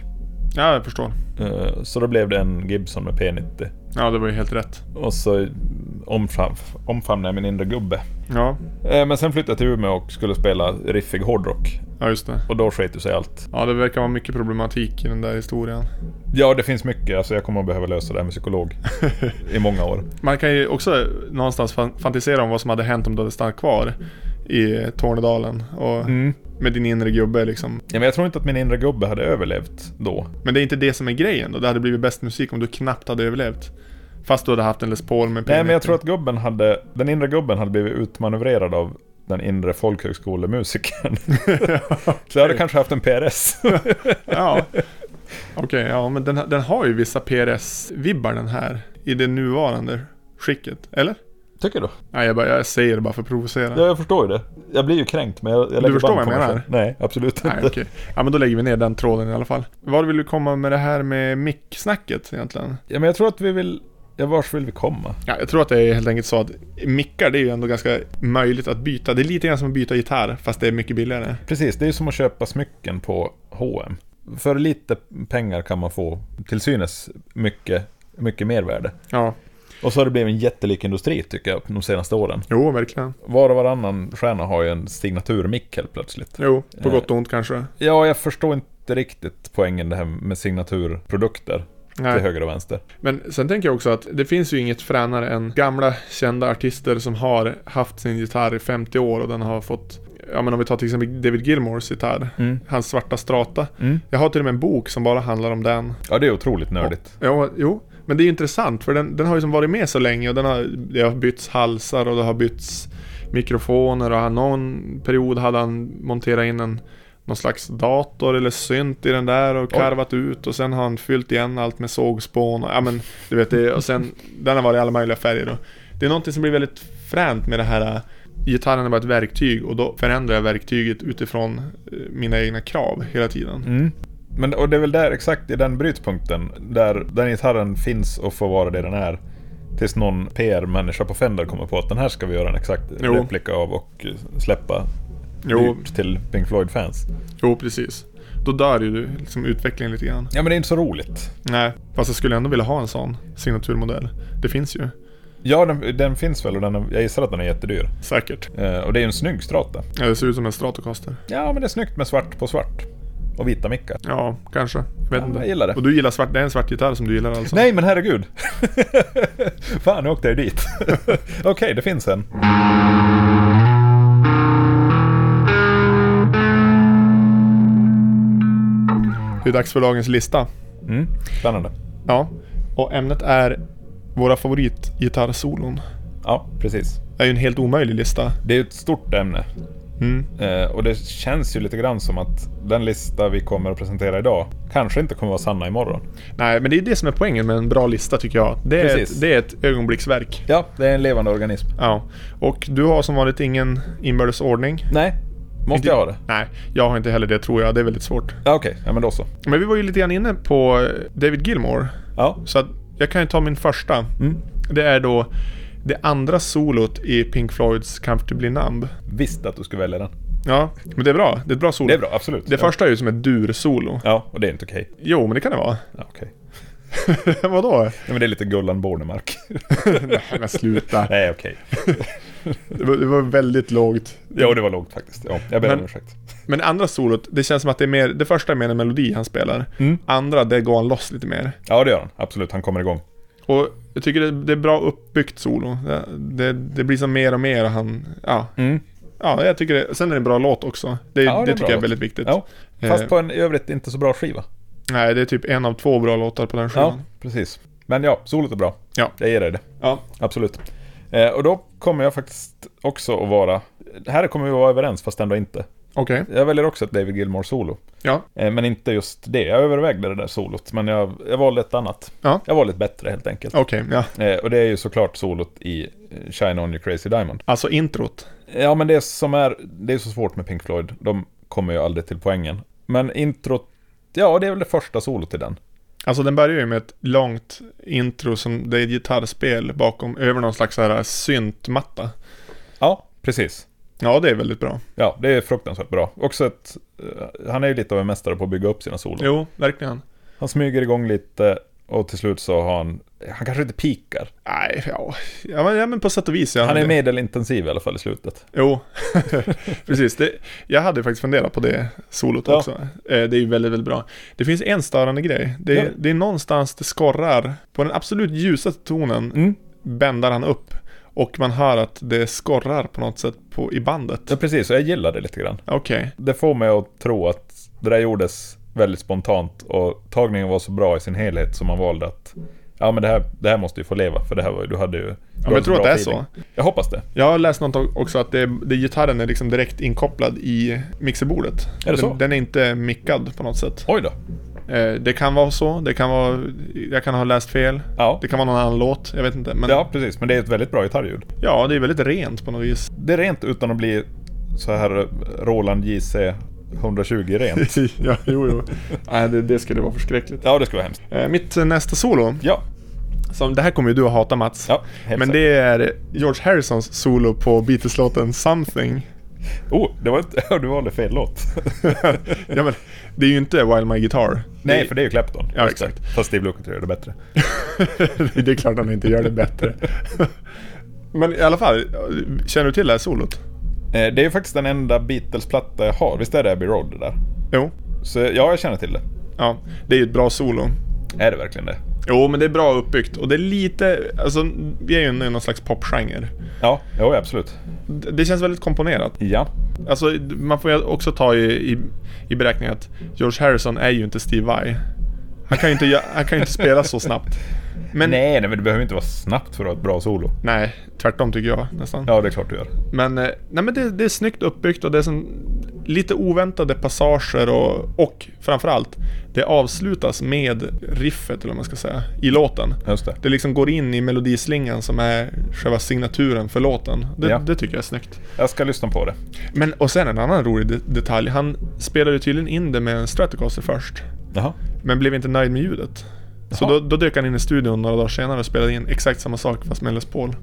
Speaker 1: Ja, jag förstår.
Speaker 2: eh, Så då blev det en Gibson med P90.
Speaker 1: Ja, det var ju helt rätt.
Speaker 2: Och så omfam- omfamnade jag min inre gubbe.
Speaker 1: Ja,
Speaker 2: Eh, Men sen flyttade jag till Umeå och skulle spela riffig hårdrock.
Speaker 1: ja just det.
Speaker 2: Och då sket ju sig allt.
Speaker 1: Ja, det verkar vara mycket problematik i den där
Speaker 2: [laughs]
Speaker 1: historien.
Speaker 2: Ja, det finns mycket. Alltså jag kommer att behöva lösa det här med psykolog. I många år.
Speaker 1: Man kan ju också någonstans fan- fantisera om vad som hade hänt om du hade stannat kvar i Tornedalen och
Speaker 2: Mm.
Speaker 1: med din inre gubbe liksom.
Speaker 2: Ja, men jag tror inte att min inre gubbe hade överlevt då.
Speaker 1: Men det är inte det som är grejen då. Det hade blivit bäst musik om du knappt hade överlevt. Fast du hade haft en Les Paul med
Speaker 2: Nej, men jag
Speaker 1: P90.
Speaker 2: tror att gubben hade, den inre gubben hade blivit utmanövrerad av den inre folkhögskolemusikern. [laughs] Så jag hade kanske haft en PRS.
Speaker 1: [laughs] Ja. Okej, ja men den, den har ju vissa PRS-vibbar den här. I det nuvarande skicket, eller?
Speaker 2: [laughs] Tycker du?
Speaker 1: Nej, jag, bara, jag säger det bara för att provocera.
Speaker 2: Ja, jag förstår ju det. Jag blir ju kränkt, men jag, jag lägger
Speaker 1: förstår
Speaker 2: band
Speaker 1: vad
Speaker 2: på
Speaker 1: jag
Speaker 2: mig
Speaker 1: menar?
Speaker 2: själv. Nej, absolut inte.
Speaker 1: Nej, okej. Ja, men då lägger vi ner den tråden i alla fall. Vad vill du komma med det här med micksnacket egentligen?
Speaker 2: Ja, men jag tror att vi vill... Ja, vars vill vi komma?
Speaker 1: Ja, jag tror att det är helt enkelt så att mickar, det är ju ändå ganska möjligt att byta. Det är lite grann som att byta gitarr, fast det är mycket billigare.
Speaker 2: Precis, det är ju som att köpa smycken på H&M. För lite pengar kan man få till synes mycket, mycket mervärde.
Speaker 1: Ja,
Speaker 2: Och så har det blivit en jättelik industri tycker jag de senaste åren.
Speaker 1: jo, verkligen.
Speaker 2: Var och varannan stjärna har ju en signaturmick helt plötsligt.
Speaker 1: Jo, på gott och ont kanske.
Speaker 2: Ja, jag förstår inte riktigt poängen det här med signaturprodukter till
Speaker 1: Nej.
Speaker 2: höger och vänster.
Speaker 1: Men sen tänker jag också att det finns ju inget fränare än gamla kända artister som har haft sin gitarr i 50 år och den har fått, ja men om vi tar till exempel David Gilmores gitarr,
Speaker 2: Mm.
Speaker 1: hans svarta strata.
Speaker 2: Mm.
Speaker 1: Jag har till och med en bok som bara handlar om den.
Speaker 2: Ja, det är otroligt nördigt.
Speaker 1: Ja, jo. Men det är ju intressant för den, den har ju som varit med så länge och den har, det har bytts halsar och det har bytts mikrofoner och han, någon period hade han monterat in en någon slags dator eller synt i den där och
Speaker 2: Oj.
Speaker 1: karvat ut och sen har han fyllt igen allt med sågspån och ja men du vet det och sen den har varit i alla möjliga färger då. Det är någonting som blir väldigt fränt med det här äh, gitarren är bara ett verktyg och då förändrar jag verktyget utifrån eh, mina egna krav hela tiden.
Speaker 2: Mm. Men och det är väl där, exakt i den brytpunkten, där den gitarren finns och får vara det den är. Tills någon PR-människa på Fender kommer på att den här ska vi göra en exakt
Speaker 1: Jo.
Speaker 2: replika av och eh, släppa
Speaker 1: Jo,
Speaker 2: dyrt till Pink Floyd-fans.
Speaker 1: Jo, precis. Då dör ju du, liksom utvecklingen lite grann.
Speaker 2: Ja, men det är inte så roligt.
Speaker 1: Nej, fast jag skulle ändå vilja ha en sån signaturmodell. Det finns ju.
Speaker 2: Ja, den, den finns väl och den, är- jag gissar att den är jättedyr.
Speaker 1: Säkert.
Speaker 2: Eh, och det är ju en snygg strata.
Speaker 1: Ja, det ser ut som en Stratocaster.
Speaker 2: Ja, men det är snyggt med svart på svart. Och vita mickar.
Speaker 1: Ja, kanske. Jag vet
Speaker 2: Ja,
Speaker 1: inte.
Speaker 2: jag gillar det.
Speaker 1: Och du gillar svart, det är en svart gitarr som du gillar alltså?
Speaker 2: Nej, men herregud! [laughs] Fan, nu åkte jag ju dit. [laughs] Okej, det finns en.
Speaker 1: Det är dags för dagens lista.
Speaker 2: Mm, spännande.
Speaker 1: Ja. Och ämnet är våra favoritgitarrsolon.
Speaker 2: Ja, precis.
Speaker 1: Det är ju en helt omöjlig lista.
Speaker 2: Det är ju ett stort ämne.
Speaker 1: Mm.
Speaker 2: Eh, och det känns ju lite grann som att den lista vi kommer att presentera idag kanske inte kommer att vara sanna imorgon.
Speaker 1: Nej, men det är ju det som är poängen med en bra lista tycker jag. Det är,
Speaker 2: Precis.
Speaker 1: ett, det är ett ögonblicksverk.
Speaker 2: Ja, det är en levande organism.
Speaker 1: Ja. Och du har som vanligt ingen inbördes ordning.
Speaker 2: Nej, måste
Speaker 1: Inte-
Speaker 2: jag ha det?
Speaker 1: Nej, jag har inte heller det tror jag. Det är väldigt svårt.
Speaker 2: Ja, Okej, ja, men då så.
Speaker 1: Men vi var ju lite grann inne på eh, David Gilmore.
Speaker 2: Ja.
Speaker 1: Så att jag kan ju ta min första. Det är då det andra solot i Pink Floyds Comfortably Numb.
Speaker 2: Visst att du skulle välja den.
Speaker 1: Ja, men det är bra. Det är ett bra solo.
Speaker 2: Det är bra, absolut.
Speaker 1: Det
Speaker 2: ja.
Speaker 1: första är ju som ett dur-solo.
Speaker 2: ja, och det är inte okej.
Speaker 1: Jo, men det kan det vara. [laughs]
Speaker 2: Ja, okej.
Speaker 1: Vadå?
Speaker 2: Nej, men det är lite Gullan Bornemark.
Speaker 1: Nej, men sluta.
Speaker 2: Nej, [laughs] okej.
Speaker 1: Det var, det var väldigt lågt.
Speaker 2: Jo, det var lågt faktiskt. Ja, jag ber om
Speaker 1: Men-
Speaker 2: ursäkt.
Speaker 1: Men det andra solot, det känns som att det är mer, det första är mer en melodi han spelar.
Speaker 2: Mm.
Speaker 1: Andra, det går han loss lite mer.
Speaker 2: Ja, det gör han. Absolut, han kommer igång.
Speaker 1: Och jag tycker det, det är bra uppbyggt solo. Det, det, det blir som mer och mer och han, ja.
Speaker 2: Mm.
Speaker 1: Ja, jag tycker det. Sen är det en bra låt också. Det,
Speaker 2: Ja, det
Speaker 1: det,
Speaker 2: är bra
Speaker 1: tycker jag är
Speaker 2: låt.
Speaker 1: väldigt viktigt.
Speaker 2: Ja, fast
Speaker 1: Eh,
Speaker 2: på en i övrigt inte så bra skiva.
Speaker 1: Nej, det är typ en av två bra låtar på den
Speaker 2: Ja,
Speaker 1: skivan.
Speaker 2: precis. Men ja, solot är bra.
Speaker 1: Ja.
Speaker 2: Jag ger dig det.
Speaker 1: Ja.
Speaker 2: Absolut. Eh, och då kommer jag faktiskt också att vara... Här kommer vi vara överens, fast ändå inte.
Speaker 1: Okej.
Speaker 2: Jag väljer också ett David Gilmore-solo.
Speaker 1: Ja.
Speaker 2: Eh, men inte just det. Jag övervägde det där solot, men jag, jag valde ett annat.
Speaker 1: Ja.
Speaker 2: Jag valde ett bättre helt enkelt.
Speaker 1: Okej, ja.
Speaker 2: Eh, och det är ju såklart solot i eh, Shine On Your Crazy Diamond.
Speaker 1: Alltså introt.
Speaker 2: Ja, men det som är, det är så svårt med Pink Floyd, de kommer ju aldrig till poängen. Men introt, ja det är väl det första solot i den.
Speaker 1: Alltså den börjar ju med ett långt intro som det är ett gitarrspel bakom, över någon slags så här syntmatta.
Speaker 2: Ja, precis.
Speaker 1: Ja, det är väldigt bra.
Speaker 2: Ja, det är fruktansvärt bra. Också ett, eh, han är ju lite av en mästare på att bygga upp sina solon.
Speaker 1: Jo, verkligen.
Speaker 2: Han smyger igång lite och till slut så har han, han kanske inte pikar.
Speaker 1: Nej, ja. Ja, men- ja men på sätt och vis. Ja,
Speaker 2: Han är
Speaker 1: det.
Speaker 2: medelintensiv i alla fall i slutet.
Speaker 1: Jo, [laughs] precis. Det, jag hade faktiskt funderat på det solot
Speaker 2: Ja.
Speaker 1: också. Eh, Det är ju väldigt, väldigt bra. Det finns en störande grej. Det,
Speaker 2: Ja.
Speaker 1: är det är någonstans det skorrar. På den absolut ljusaste tonen
Speaker 2: Mm.
Speaker 1: bändar han upp. Och man hör att det skorrar på något sätt på, i bandet.
Speaker 2: Ja, precis. Och jag gillar det lite grann.
Speaker 1: Okej.
Speaker 2: Det får mig att tro att det där gjordes väldigt spontant och tagningen var så bra i sin helhet som man valde att ja men det här, det här måste ju få leva för det här var ju, du hade ju...
Speaker 1: Ja, men jag tror att det är så.
Speaker 2: Jag hoppas det.
Speaker 1: Jag har läst något också att det, det, gitarren är liksom direkt inkopplad i mixerbordet.
Speaker 2: Är det
Speaker 1: den,
Speaker 2: så?
Speaker 1: den är inte mickad på något sätt.
Speaker 2: Oj då.
Speaker 1: Eh, det kan vara så, det kan vara... Jag kan ha läst fel.
Speaker 2: Ja.
Speaker 1: Det kan vara någon annan låt, jag vet inte. Men ja,
Speaker 2: ja, precis. Men det är ett väldigt bra gitarrljud.
Speaker 1: det är väldigt rent på något vis.
Speaker 2: Det är rent utan att bli så här Roland JC 120
Speaker 1: [laughs]
Speaker 2: rent.
Speaker 1: [laughs] ja, jo, jo. Nej, det, det skulle vara förskräckligt.
Speaker 2: Ja, det skulle vara hemskt.
Speaker 1: Eh, mitt nästa solo,
Speaker 2: Ja,
Speaker 1: som, det här kommer ju du att hata Mats.
Speaker 2: ja helt
Speaker 1: men
Speaker 2: säkert.
Speaker 1: det är George Harrisons solo på Beatles-låten
Speaker 2: [laughs]
Speaker 1: Something.
Speaker 2: Oh, det var inte... Ja, [laughs] du valde fel låt.
Speaker 1: [laughs] ja, men, det är ju inte While My Guitar.
Speaker 2: Nej, för det är ju Clapton.
Speaker 1: Ja,
Speaker 2: Just det.
Speaker 1: exakt.
Speaker 2: Fast Steve Lukather gör det bättre.
Speaker 1: [laughs] det är klart han inte gör det
Speaker 2: [laughs]
Speaker 1: bättre. Men i alla fall, känner du till det här solot?
Speaker 2: Eh, Det är ju faktiskt den enda Beatles-platta jag har. Visst är det Abbey Road det där?
Speaker 1: Jo.
Speaker 2: Så ja, jag känner till det.
Speaker 1: Ja, det är ju ett bra solo.
Speaker 2: Är det verkligen det?
Speaker 1: Jo, men det är bra uppbyggt och det är lite, alltså vi är ju i någon slags popgenre.
Speaker 2: Ja, jo absolut.
Speaker 1: D- Det känns väldigt komponerat.
Speaker 2: Ja.
Speaker 1: Alltså man får ju också ta i, i, i beräkning att George Harrison är ju inte Steve Vai. Han kan ju inte, gö- han kan ju inte spela så snabbt. Men nej.
Speaker 2: Nej, nej, men det behöver inte vara snabbt för att ha ett bra solo.
Speaker 1: nej, tvärtom tycker jag nästan.
Speaker 2: Ja, det är klart du gör.
Speaker 1: Men, eh, nej, men det, det är snyggt uppbyggt och det är som lite oväntade passager och, och framförallt, det avslutas med riffet, eller vad man ska säga, i låten.
Speaker 2: Just det.
Speaker 1: Det liksom går in i melodislingan som är själva signaturen för låten. Det,
Speaker 2: Ja.
Speaker 1: det tycker jag är snyggt.
Speaker 2: Jag ska lyssna på det.
Speaker 1: Men, och sen en annan rolig de- detalj. Han spelade tydligen in det med en Stratocaster först,
Speaker 2: Jaha.
Speaker 1: men blev inte nöjd med ljudet. Så
Speaker 2: Jaha.
Speaker 1: då, då dök han in i studion några dagar senare och spelade in exakt samma sak fast med en Les Paul.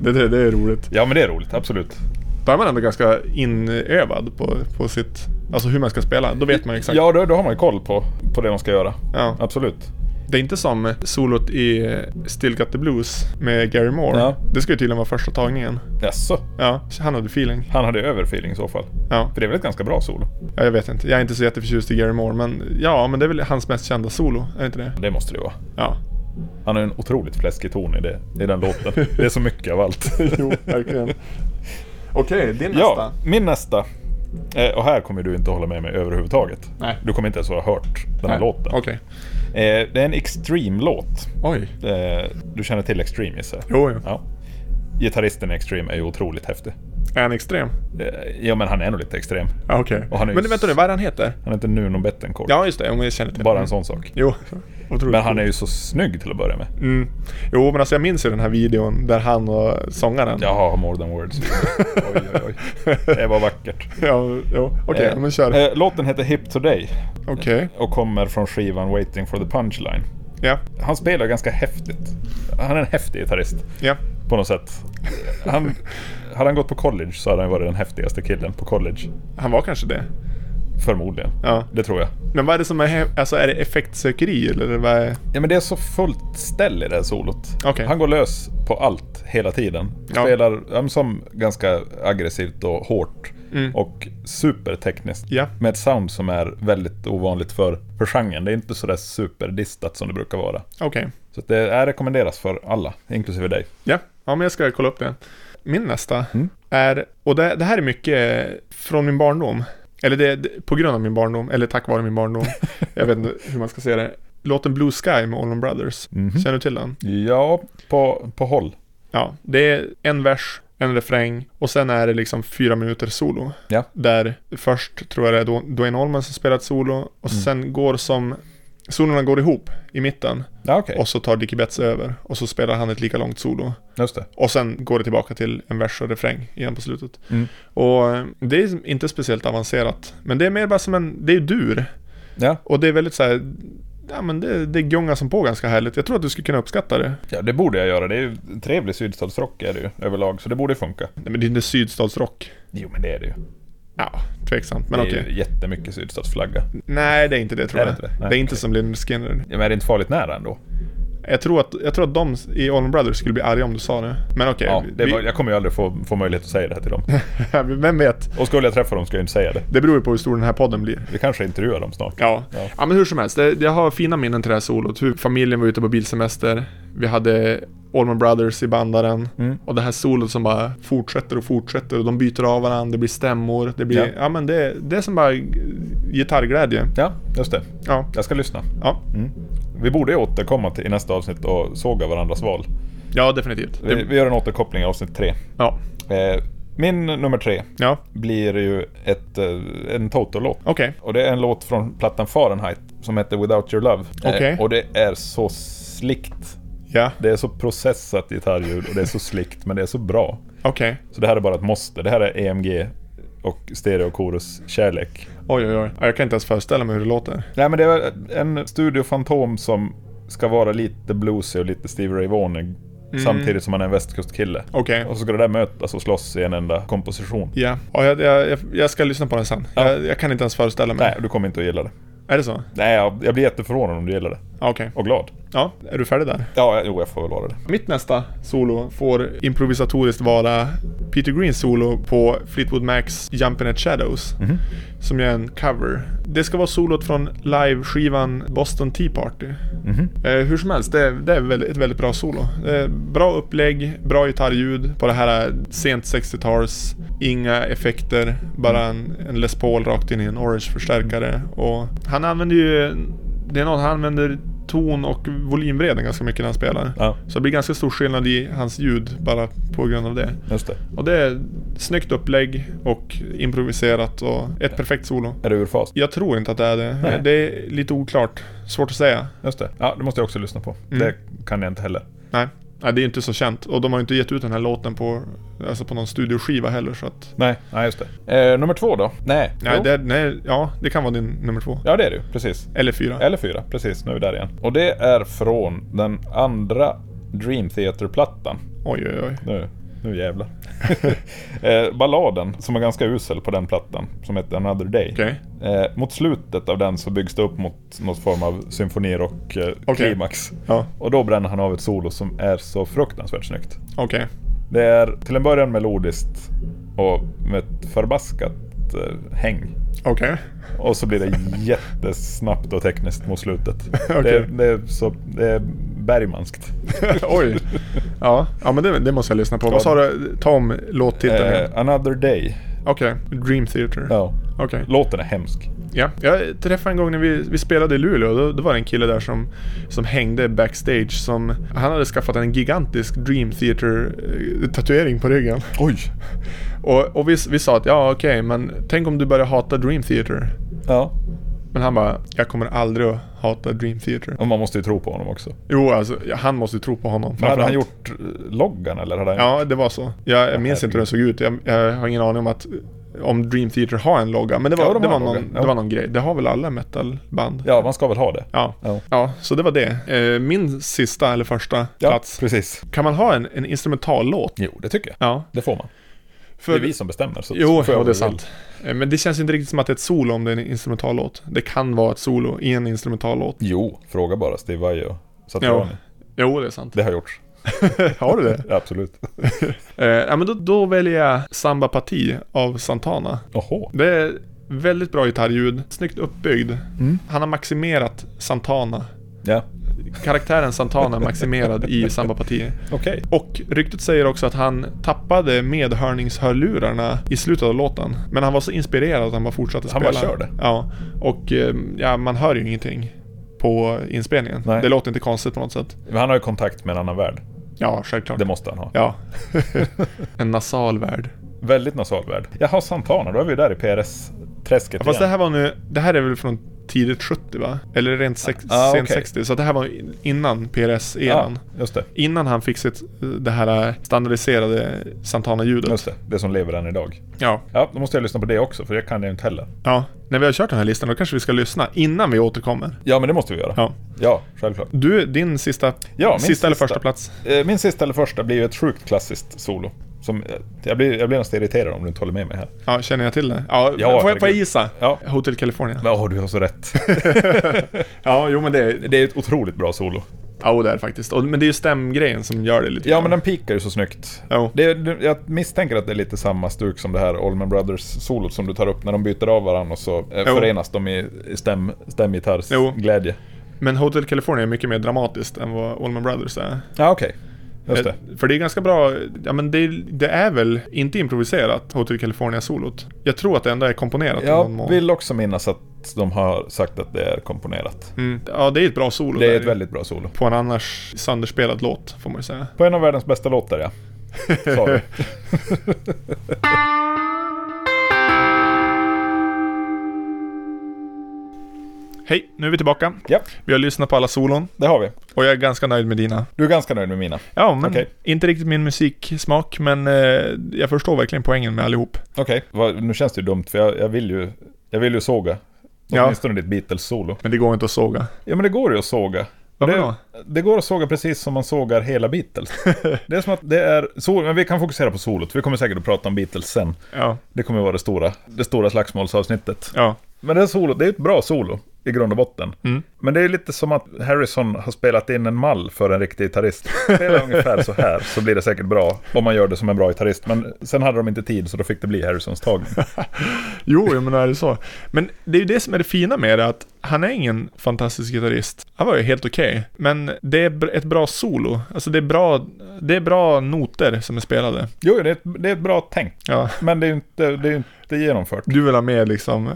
Speaker 1: det, det, det är roligt.
Speaker 2: Ja, men det är roligt. Absolut.
Speaker 1: Då är man ändå ganska inövad på, på sitt, alltså hur man ska spela. Då vet man exakt.
Speaker 2: Ja, då, då har man ju koll på, på det man ska göra.
Speaker 1: Ja.
Speaker 2: Absolut.
Speaker 1: Det är inte som solot i Still Got The Blues med Gary Moore.
Speaker 2: Ja.
Speaker 1: Det ska ju tydligen vara första tagningen.
Speaker 2: Jaså?
Speaker 1: Ja, han hade feeling.
Speaker 2: Han hade ju överfeeling i så fall.
Speaker 1: Ja.
Speaker 2: För det är väl ett ganska bra solo?
Speaker 1: ja, jag vet inte. Jag är inte så jätteförtjust i Gary Moore, men ja, men det är väl hans mest kända solo, är det inte det?
Speaker 2: Det måste det ju vara.
Speaker 1: Ja.
Speaker 2: Han har ju en otroligt fläskig ton i, det, i den låten. Det är så mycket
Speaker 1: [laughs]
Speaker 2: av allt.
Speaker 1: verkligen. Okej, din
Speaker 2: [laughs] Ja, min nästa. Eh, och här kommer du inte hålla med mig överhuvudtaget.
Speaker 1: Nej.
Speaker 2: Du kommer inte ens att ha hört den
Speaker 1: Nej.
Speaker 2: här låten.
Speaker 1: Okej.
Speaker 2: Eh, det är en Extreme-låt.
Speaker 1: Oj.
Speaker 2: Eh, du känner till Extreme gissar jag?
Speaker 1: Jo, jo.
Speaker 2: Ja. Gitarristen i Extreme är ju otroligt häftig.
Speaker 1: Är han extrem?
Speaker 2: Eh, Ja, men han är nog lite extrem.
Speaker 1: Ja, Ah, okej.
Speaker 2: Och han är ju
Speaker 1: Men vänta nu, vad är det han heter?
Speaker 2: Han heter Nuno Bettencourt.
Speaker 1: Ja, just det. Om jag känner till
Speaker 2: Bara
Speaker 1: honom.
Speaker 2: en sån sak.
Speaker 1: Jo, otroligt.
Speaker 2: Men han är ju så snygg till att börja med.
Speaker 1: Mm. Jo, men alltså jag minns ju den här videon där han och sångaren. [laughs]
Speaker 2: Jaha, more than words. oj, oj, oj. Det var vackert.
Speaker 1: ja jo. [laughs] Okej,
Speaker 2: Eh,
Speaker 1: men kör.
Speaker 2: eh, Låten heter Hip Today
Speaker 1: Okej.
Speaker 2: och kommer från skivan Waiting for the Punchline.
Speaker 1: Ja,
Speaker 2: Han spelar ganska häftigt. Han är en häftig gitarrist
Speaker 1: ja.
Speaker 2: på något sätt. Han, hade han gått på college så hade han varit den häftigaste killen på college.
Speaker 1: Han var kanske det.
Speaker 2: Förmodligen.
Speaker 1: Ja.
Speaker 2: Det tror jag.
Speaker 1: Men vad är det som är... he- Alltså är det effektsökeri eller vad är...
Speaker 2: Ja men det är så fullt ställ i det här solot.
Speaker 1: Okej.
Speaker 2: Han går lös på allt hela tiden.
Speaker 1: Ja.
Speaker 2: Spelar ja, men som ganska aggressivt och hårt. Och supertekniskt.
Speaker 1: Mm. Ja.
Speaker 2: Med ett sound som är väldigt ovanligt för, för genren. Det är inte sådär superdistat som det brukar vara.
Speaker 1: Okej.
Speaker 2: Så att det är rekommenderas för alla, inklusive dig. Mm.
Speaker 1: Ja. ja, men jag ska kolla upp det. Min nästa är... Och det, det här är mycket från min barndom. Eller det, det på grund av min barndom, eller tack vare min
Speaker 2: [laughs]
Speaker 1: barndom. jag vet inte hur man ska säga det. Låten Blue Sky med Allman Brothers.
Speaker 2: Mhm.
Speaker 1: Känner du till den?
Speaker 2: Ja, på, på håll.
Speaker 1: Ja, det är en vers, en refräng och sen är det liksom fyra minuter solo.
Speaker 2: Ja.
Speaker 1: Där först tror jag det är Dw- Dwayne Allman som spelar ett solo och
Speaker 2: Mm.
Speaker 1: sen går som Solorna går ihop i mitten
Speaker 2: Ja, okej.
Speaker 1: och så tar Dickie Betts över och så spelar han ett lika långt solo.
Speaker 2: Just det.
Speaker 1: Och sen går det tillbaka till en vers och refräng igen på slutet.
Speaker 2: Mm.
Speaker 1: Och eh, det är inte speciellt avancerat. Men det är mer bara som en, det är dur.
Speaker 2: Ja.
Speaker 1: Och det är väldigt så här, ja men det, det gongar som på ganska härligt. Jag tror att du skulle kunna uppskatta det.
Speaker 2: ja, det borde jag göra. Det är ju trevlig sydstatsrock är det ju överlag, så det borde funka.
Speaker 1: Nej men det är inte sydstatsrock.
Speaker 2: Jo, men det är det ju.
Speaker 1: Ja, tveksamt. Men
Speaker 2: det är
Speaker 1: okej.
Speaker 2: ju jättemycket sydstatsflagga.
Speaker 1: Nej, det är inte det tror
Speaker 2: Är det
Speaker 1: jag.
Speaker 2: inte
Speaker 1: Det,
Speaker 2: det? Nej,
Speaker 1: är inte som Leonard Skinner.
Speaker 2: Ja, men är det inte farligt nära ändå?
Speaker 1: Jag tror att, jag tror att de i Allman Brothers skulle bli arga om du sa det. Men okej,
Speaker 2: Ja, det är bara,
Speaker 1: Eh, vi- [laughs]
Speaker 2: jag kommer ju aldrig få, få möjlighet att säga det här till dem.
Speaker 1: vem vet?
Speaker 2: Och skulle jag träffa dem ska jag inte säga det.
Speaker 1: Det beror ju på hur stor den här podden blir.
Speaker 2: Vi kanske intervjuar dem snart.
Speaker 1: Ja.
Speaker 2: Ja.
Speaker 1: ja. men hur som helst. Det, jag har fina minnen till det här solot. Hur familjen var ute på bilsemester. Vi hade Allman Brothers i bandaren.
Speaker 2: Mm.
Speaker 1: Och det här solot som bara fortsätter och fortsätter. Och de byter av varandra. Det blir stämmor. Det blir...
Speaker 2: Ja.
Speaker 1: Ja, men det, det är som bara g- gitarrglädje.
Speaker 2: Ja, just det.
Speaker 1: Ja.
Speaker 2: Jag ska lyssna.
Speaker 1: Ja,
Speaker 2: Vi borde ju återkomma till, i nästa avsnitt och såga varandras val.
Speaker 1: ja definitivt.
Speaker 2: Vi,
Speaker 1: Det,
Speaker 2: vi gör en återkoppling i avsnitt tre.
Speaker 1: ja.
Speaker 2: Eh, min nummer tre
Speaker 1: Ja,
Speaker 2: blir ju ett, eh, en Toto-låt.
Speaker 1: okej.
Speaker 2: Och det är en låt från plattan Fahrenheit som heter Without Your Love. Eh,
Speaker 1: Okej.
Speaker 2: och det är så slickt.
Speaker 1: Ja,
Speaker 2: Det är så processat gitarrljud och det är så slickt men det är så bra.
Speaker 1: okej.
Speaker 2: Så det här är bara ett måste. Det här är EMG och Stereo Chorus kärlek.
Speaker 1: Oj, oj, oj. Ja, Jag kan inte ens föreställa mig hur det låter.
Speaker 2: Nej men det är en Studio Fantom som ska vara lite bluesy och lite Stevie Ray Vaughan samtidigt som han är en västkustkille.
Speaker 1: Okej.
Speaker 2: Och så ska det där mötas och slåss i en enda komposition.
Speaker 1: Ja. Ja, jag, jag, jag- jag ska lyssna på den sen.
Speaker 2: Ja.
Speaker 1: Jag, jag kan inte ens föreställa mig.
Speaker 2: Nej, du kommer inte att gilla det.
Speaker 1: Är det så?
Speaker 2: Nej, jag, jag blir jätteförvånad om du gillar det.
Speaker 1: Ja, Okej.
Speaker 2: Och glad.
Speaker 1: Ja, är du färdig där?
Speaker 2: Ja, jag- jo, jag får väl vara det.
Speaker 1: Mitt nästa solo får improvisatoriskt vara Peter Greens solo på Fleetwood Macs Jumpin' at Shadows.
Speaker 2: Mhm.
Speaker 1: Som är en cover. Det ska vara solot från live-skivan Boston Tea Party.
Speaker 2: Mhm.
Speaker 1: Eh, hur som helst, det, det är väl ett väldigt bra solo. Eh, bra upplägg, bra gitarrljud på det här eh, sent 60-tals. Inga effekter, bara en, en Les Paul rakt in i en orange-förstärkare. Och han använder ju... Det är något, han använder ton och volymvreden ganska mycket när han spelar.
Speaker 2: Ja,
Speaker 1: Så det blir ganska stor skillnad i hans ljud bara på grund av det.
Speaker 2: just det.
Speaker 1: Och det är snyggt upplägg och improviserat och ett perfekt solo.
Speaker 2: Är det ur fas?
Speaker 1: Jag tror inte att det är det.
Speaker 2: Nej.
Speaker 1: Det är lite oklart. Svårt att säga.
Speaker 2: Just det. Ja, det måste jag också lyssna på. Det kan jag inte heller.
Speaker 1: Nej. Nej, det är inte så känt. Och de har ju inte gett ut den här låten på, alltså på någon studioskiva heller så att...
Speaker 2: Nej, nej just det. Eh, nummer två då? Nej.
Speaker 1: Nej,
Speaker 2: Jo.
Speaker 1: det, nej, ja, det kan vara din nummer två.
Speaker 2: Ja, det är det ju. Precis.
Speaker 1: Eller fyra.
Speaker 2: Eller fyra, precis. Nu är vi där igen. Och det är från den andra Dream Theater-plattan.
Speaker 1: Oj, oj, oj.
Speaker 2: Nu, nu
Speaker 1: [laughs]
Speaker 2: jävlar. eh, balladen, som var ganska usel på den plattan, som heter Another Day.
Speaker 1: Okej.
Speaker 2: Eh, mot slutet av den så byggs det upp mot någon form av symfonirock eh,
Speaker 1: Okej.
Speaker 2: klimax.
Speaker 1: Ja,
Speaker 2: Och då bränner han av ett solo som är så fruktansvärt snyggt.
Speaker 1: okej.
Speaker 2: Det är till en början melodiskt och med ett förbaskat eh, häng.
Speaker 1: Okej.
Speaker 2: Och så blir det jättesnabbt och tekniskt mot slutet.
Speaker 1: [laughs] Okej.
Speaker 2: Det, är- det, är så, det är bergmanskt.
Speaker 1: [laughs] [laughs] Oj. Ja, ja men det, det måste jag lyssna på. Vad sa du? Ta om låttiteln igen.
Speaker 2: Eh, Another Day.
Speaker 1: Okej. Dream Theater.
Speaker 2: Ja.
Speaker 1: Okej.
Speaker 2: Låten är hemsk.
Speaker 1: Ja, jag träffade en gång när vi, vi spelade i Luleå, då, då var det en kille där som, som hängde backstage som, han hade skaffat en gigantisk Dream Theater eh, tatuering på ryggen.
Speaker 2: Oj!
Speaker 1: Och, och vi, vi sa att ja okej, men tänk om du börjar hata Dream Theater.
Speaker 2: Ja.
Speaker 1: Men han bara, jag kommer aldrig att hata Dream Theater.
Speaker 2: Och man måste ju tro på honom också.
Speaker 1: Jo alltså, ja, han måste ju tro på honom.
Speaker 2: Men hade han
Speaker 1: framförallt.
Speaker 2: gjort eh, loggan eller? Hade han
Speaker 1: Ja, det var så. Jag, jag minns
Speaker 2: herregud.
Speaker 1: inte hur den såg ut. Jag, jag har ingen aning om att om Dream Theater har en logga, men det var,
Speaker 2: Ja, de
Speaker 1: det
Speaker 2: har
Speaker 1: var, någon,
Speaker 2: en logga, ja.
Speaker 1: det var någon grej. Det har väl alla metalband?
Speaker 2: ja, man ska väl ha det?
Speaker 1: Ja.
Speaker 2: Ja,
Speaker 1: Ja, så det var det. Eh, Min sista eller första
Speaker 2: ja
Speaker 1: plats.
Speaker 2: precis.
Speaker 1: Kan man ha en, en instrumentallåt?
Speaker 2: Jo, det tycker jag.
Speaker 1: Ja.
Speaker 2: Det får man.
Speaker 1: För,
Speaker 2: Det är vi som bestämmer. Så
Speaker 1: Jo,
Speaker 2: får jag
Speaker 1: ja, det är
Speaker 2: vad jag vill.
Speaker 1: sant. Eh, Men det känns inte riktigt som att det är ett solo om det är en instrumentallåt. Det kan vara ett solo i en instrumentallåt.
Speaker 2: Jo, fråga bara Steve Vai och
Speaker 1: Jo.
Speaker 2: Satriani.
Speaker 1: jo, det är
Speaker 2: [laughs]
Speaker 1: sant.
Speaker 2: Det har gjorts.
Speaker 1: har du det? [laughs]
Speaker 2: Absolut.
Speaker 1: Eh, ja, men då, då väljer jag Samba Parti av Santana.
Speaker 2: Oho.
Speaker 1: Det är väldigt bra gitarrljud, snyggt uppbyggd.
Speaker 2: Mm.
Speaker 1: Han har maximerat Santana.
Speaker 2: Ja,
Speaker 1: Karaktären Santana är maximerad i Samba Parti.
Speaker 2: okej.
Speaker 1: Och ryktet säger också att han tappade medhörningshörlurarna i slutet av låten. Men han var så inspirerad att han bara fortsatte
Speaker 2: Han
Speaker 1: spela.
Speaker 2: bara körde.
Speaker 1: Ja. Och eh, ja, man hör ju ingenting på inspelningen.
Speaker 2: Nej.
Speaker 1: Det låter inte konstigt på något sätt.
Speaker 2: Men han har ju kontakt med en annan värld.
Speaker 1: Ja, självklart.
Speaker 2: Det måste han ha.
Speaker 1: Ja. [laughs] en nasal värld.
Speaker 2: [laughs] Väldigt nasal värld. Jaha, Santana, då är vi ju där i PRS-träsket
Speaker 1: Fast det
Speaker 2: igen.
Speaker 1: här var nu, det här är väl från tidigt 70 va? Eller rent sex,
Speaker 2: Ah,
Speaker 1: sent
Speaker 2: okej.
Speaker 1: 60, så det här var in- innan PRS-eran.
Speaker 2: Ja, just det.
Speaker 1: Innan han fick sitt, eh, det här standardiserade Santana-ljudet.
Speaker 2: Just det. Det som lever än idag.
Speaker 1: Ja.
Speaker 2: Ja, då måste jag lyssna på det också, för det kan jag inte heller.
Speaker 1: Ja, när vi har kört den här listan då kanske vi ska lyssna innan vi återkommer.
Speaker 2: Ja, men det måste vi göra.
Speaker 1: Ja.
Speaker 2: Ja, självklart.
Speaker 1: Du, din sista,
Speaker 2: Ja, min
Speaker 1: sista, eller
Speaker 2: sista.
Speaker 1: första plats.
Speaker 2: Eh, Min sista eller första blir ju ett sjukt klassiskt solo. Som, eh, jag, blir, jag blir nästan irriterad om du inte håller med mig här.
Speaker 1: Ja, känner jag till det? Ja,
Speaker 2: Ja,
Speaker 1: får, jag, får jag
Speaker 2: herregud.
Speaker 1: gissa?
Speaker 2: Ja.
Speaker 1: Hotel California.
Speaker 2: Ja, du har så rätt. [laughs]
Speaker 1: Ja, jo men det är...
Speaker 2: det är ett otroligt bra solo.
Speaker 1: Ja, det är det faktiskt. Och, men det är ju stämgrejen som gör det lite
Speaker 2: Ja,
Speaker 1: grann.
Speaker 2: men den pikar ju så snyggt.
Speaker 1: Jo.
Speaker 2: Det, är- det, jag misstänker att det är lite samma stuk som det här Allman Brothers-solot som du tar upp när de byter av varandra och så eh,
Speaker 1: Jo.
Speaker 2: förenas de i i stäm,
Speaker 1: Jo.
Speaker 2: stämgitarrsglädje.
Speaker 1: Men Hotel California är mycket mer dramatiskt än vad Allman Brothers är.
Speaker 2: Ja, okej. Just det.
Speaker 1: Eh, För det är ganska bra, ja men det, det är väl inte improviserat, Hotel California-solot. Jag tror att det ändå är komponerat i någon
Speaker 2: Jag
Speaker 1: mån.
Speaker 2: vill också minnas att de har sagt att det är komponerat.
Speaker 1: Mm. Ja, det är ett bra solo.
Speaker 2: Det är
Speaker 1: där.
Speaker 2: ett väldigt bra solo.
Speaker 1: På en annars sönderspelad låt, får man ju säga.
Speaker 2: På en av världens bästa låtar, ja.
Speaker 1: [laughs]
Speaker 2: Sa du.
Speaker 1: Hej, nu är vi tillbaka.
Speaker 2: ja,
Speaker 1: Vi har lyssnat på alla solon
Speaker 2: det har vi.
Speaker 1: och jag är ganska nöjd med dina.
Speaker 2: Du är ganska nöjd med mina.
Speaker 1: Ja, men
Speaker 2: Okej.
Speaker 1: inte riktigt min musiksmak, men eh, jag förstår verkligen poängen med allihop.
Speaker 2: Okej, vad- nu känns det ju dumt för jag, jag, vill, ju, jag vill ju såga.
Speaker 1: Ja.
Speaker 2: Åtminstone ditt Beatles-solo.
Speaker 1: Men det går inte att såga.
Speaker 2: Ja men det går ju att såga.
Speaker 1: Varför
Speaker 2: det,
Speaker 1: då?
Speaker 2: det går att såga precis som man sågar hela [laughs] Beatles. det är som att det är... Sol, men vi kan fokusera på solot, vi kommer säkert att prata om Beatles sen.
Speaker 1: Ja,
Speaker 2: Det kommer vara det stora, det stora slagsmålsavsnittet.
Speaker 1: ja,
Speaker 2: Men det här solot, det är ett bra solo i grund och botten.
Speaker 1: Mm.
Speaker 2: Men det är lite som att Harrison har spelat in en mall för en riktig gitarrist. Spela ungefär så här så blir det säkert bra om man gör det som en bra gitarrist. Men sen hade de inte tid så då fick det bli Harrisons tagning.
Speaker 1: jo, jag menar är det så. Men det är ju det som är det fina med det, att han är ingen fantastisk gitarrist. Han var ju helt okej. Men det är br- ett bra solo. Alltså det är bra, det är bra noter som är spelade.
Speaker 2: Jo, det är ett, det är ett bra tänk.
Speaker 1: Ja.
Speaker 2: Men det är ju inte, det är ju inte genomfört.
Speaker 1: Du vill ha med liksom eh,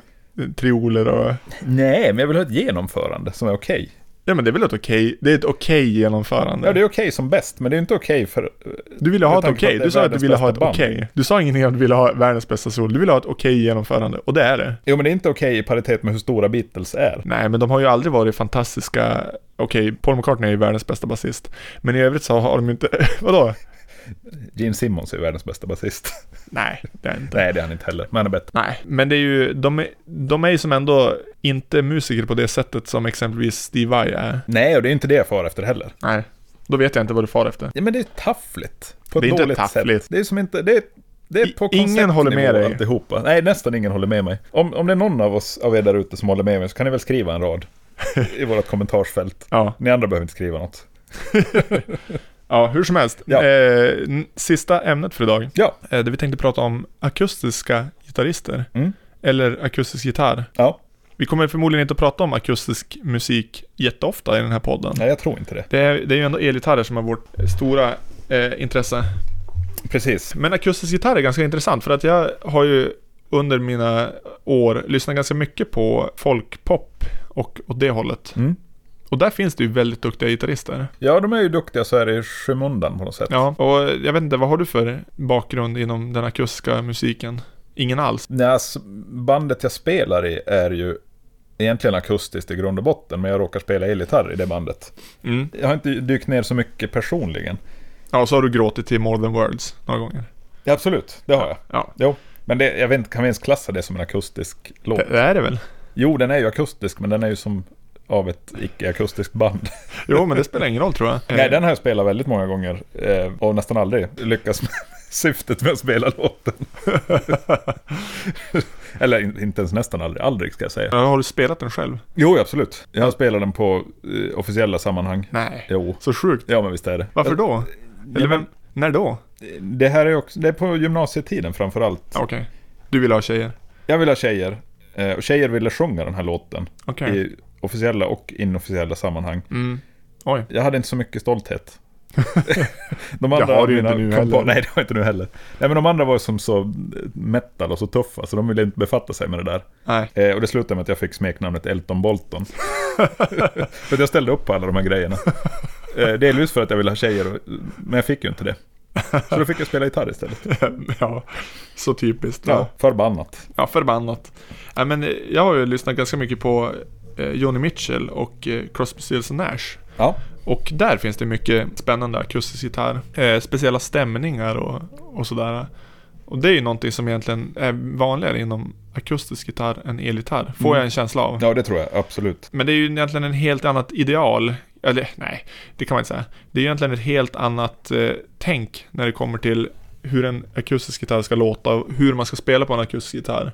Speaker 1: trioler och...
Speaker 2: Nej, men jag vill ha ett genomförande som är okej.
Speaker 1: Ja men det är väl ett okej, det är ett okej genomförande.
Speaker 2: Ja, det är okej som bäst, men det är inte okej för... eh,
Speaker 1: Du ville ha
Speaker 2: Med
Speaker 1: ett
Speaker 2: tanke på
Speaker 1: okej,
Speaker 2: att det är
Speaker 1: du sa att du
Speaker 2: världens
Speaker 1: ville ha ett
Speaker 2: bästa band.
Speaker 1: okej. Du sa ingenting om att du ville ha världens bästa sol, du ville ha ett okej genomförande. Och det är det.
Speaker 2: Jo, men det är inte okej i paritet med hur stora Beatles är.
Speaker 1: Nej, men de har ju aldrig varit fantastiska. Okej, Paul McCartney är ju världens bästa basist. Men i övrigt så har de ju inte, [laughs] vadå?
Speaker 2: Gene Simmons är världens bästa basist. [laughs]
Speaker 1: Nej, det är inte.
Speaker 2: Nej, det är han inte heller, men han är bättre.
Speaker 1: Nej, men det är ju, de är, de är ju som ändå inte musiker på det sättet som exempelvis Steve Vai är.
Speaker 2: Nej, och det är inte det jag far efter heller.
Speaker 1: Nej. Då vet jag inte vad du far efter.
Speaker 2: Ja, men det är taffligt. På ett
Speaker 1: Det är inte
Speaker 2: dåligt
Speaker 1: taffligt.
Speaker 2: sätt. Det är som inte... Det är, det är
Speaker 1: I-
Speaker 2: på
Speaker 1: ingen
Speaker 2: konceptnivå
Speaker 1: håller med dig.
Speaker 2: Alltihopa. Nej, nästan ingen håller med mig. Om, om det är någon av oss av er där ute som håller med mig så kan ni väl skriva en rad
Speaker 1: [laughs]
Speaker 2: i vårt kommentarsfält.
Speaker 1: Ja.
Speaker 2: Ni andra behöver inte skriva något.
Speaker 1: Ja, hur som helst.
Speaker 2: Ja.
Speaker 1: Eh, n- sista ämnet för idag.
Speaker 2: Ja.
Speaker 1: Eh, där vi tänkte prata om akustiska gitarrister.
Speaker 2: Mm.
Speaker 1: Eller akustisk gitarr.
Speaker 2: Ja,
Speaker 1: Vi kommer förmodligen inte att prata om akustisk musik jätteofta i den här podden.
Speaker 2: nej jag tror inte det.
Speaker 1: Det är, det är ju ändå elgitarrer som är vårt stora eh, intresse.
Speaker 2: Precis.
Speaker 1: Men akustisk gitarr är ganska intressant för att jag har ju under mina år lyssnat ganska mycket på folkpop och åt det hållet.
Speaker 2: Mm.
Speaker 1: Och där finns det ju väldigt duktiga gitarrister.
Speaker 2: Ja, de är ju duktiga så här i skymundan på något sätt.
Speaker 1: Ja, och jag vet inte, vad har du för bakgrund inom den akustiska musiken? Ingen alls?
Speaker 2: Nej, alltså, bandet jag spelar i är ju egentligen akustiskt i grund och botten, men jag råkar spela elgitarr i det bandet.
Speaker 1: Mm.
Speaker 2: Jag har inte dykt ner så mycket personligen.
Speaker 1: Ja, och så har du gråtit till More than words några gånger.
Speaker 2: Ja, absolut, det har jag.
Speaker 1: Ja,
Speaker 2: Jo, men det, jag vet inte, kan vi ens klassa det som en akustisk låt?
Speaker 1: det, det är det väl?
Speaker 2: Jo, den är ju akustisk, men den är ju som av ett icke-akustiskt band.
Speaker 1: Jo, men det spelar ingen roll tror jag.
Speaker 2: Nej, den har jag spelat väldigt många gånger eh, och nästan aldrig lyckats med [laughs] syftet med att spela låten. Eller in- inte ens nästan aldrig, aldrig ska jag säga.
Speaker 1: Ja, Har du spelat den själv?
Speaker 2: Jo, absolut. Jag har spelat den på eh, officiella sammanhang.
Speaker 1: Nej.
Speaker 2: Jo.
Speaker 1: Så sjukt.
Speaker 2: Ja, men visst är det.
Speaker 1: Varför då? Eller vem? När då?
Speaker 2: Det här är också, det är på gymnasietiden framför allt.
Speaker 1: Ja, Okej. Du vill ha tjejer?
Speaker 2: Jag ville ha tjejer, eh, och tjejer ville sjunga den här låten.
Speaker 1: Okej.
Speaker 2: I officiella och inofficiella sammanhang.
Speaker 1: Mm. Oj.
Speaker 2: Jag hade inte så
Speaker 1: [laughs]
Speaker 2: mycket stolthet. de
Speaker 1: Det har du ju
Speaker 2: mina
Speaker 1: inte nu
Speaker 2: kom
Speaker 1: heller.
Speaker 2: På, nej, det har jag inte nu heller. Nej, men de andra var som så metal och så tuffa, så de ville inte befatta sig med det där.
Speaker 1: Nej. [laughs]
Speaker 2: Eh, och det slutade med att jag fick smeknamnet Elton Bolton. för att jag ställde upp på alla de här grejerna. Eh, delvis för att jag ville ha tjejer, och- men jag fick ju inte det. Så då fick jag spela gitarr istället.
Speaker 1: ja. Så typiskt.
Speaker 2: Ja,
Speaker 1: Ja.
Speaker 2: förbannat.
Speaker 1: ja, förbannat. Nej, men eh, jag har ju lyssnat ganska mycket på eh, Joni Mitchell och eh, Crosby, Stills och Nash.
Speaker 2: Ja.
Speaker 1: Och där finns det mycket spännande akustisk gitarr. Eh, speciella stämningar och, och sådär. Och det är ju någonting som egentligen är vanligare inom akustisk gitarr än elgitarr. Får
Speaker 2: Mm.
Speaker 1: jag en känsla av.
Speaker 2: ja, det tror jag absolut.
Speaker 1: Men det är ju egentligen en helt annat ideal. Eller nej, det kan man inte säga. Det är ju egentligen ett helt annat eh, tänk när det kommer till hur en akustisk gitarr ska låta och hur man ska spela på en akustisk gitarr.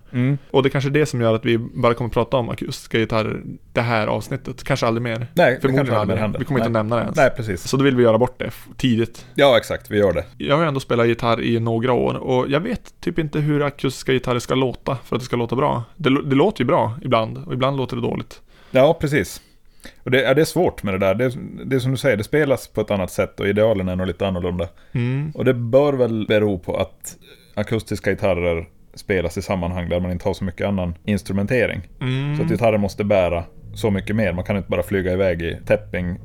Speaker 1: Och det är kanske är det som gör att vi bara kommer prata om akustiska gitarrer det här avsnittet. Kanske aldrig mer.
Speaker 2: Nej, det kanske
Speaker 1: Förmodligen
Speaker 2: aldrig
Speaker 1: aldrig.
Speaker 2: händer.
Speaker 1: Vi kommer inte
Speaker 2: nej.
Speaker 1: nämna det ens.
Speaker 2: Nej, precis.
Speaker 1: Så då vill vi göra bort det f- tidigt.
Speaker 2: Ja, exakt. Vi gör det.
Speaker 1: Jag har ju ändå spelat gitarr i några år och jag vet typ inte hur akustiska gitarrer ska låta för att det ska låta bra. Det, lå- det låter ju bra ibland och ibland låter det dåligt.
Speaker 2: Ja, precis. Och det, ja, det är svårt med det där. Det, det är som du säger, det spelas på ett annat sätt och idealen är nog lite annorlunda.
Speaker 1: Mm.
Speaker 2: Och det bör väl bero på att akustiska gitarrer spelas i sammanhang där man inte har så mycket annan instrumentering.
Speaker 1: Mm.
Speaker 2: Så att gitarren måste bära så mycket mer. Man kan inte bara flyga iväg i täpping.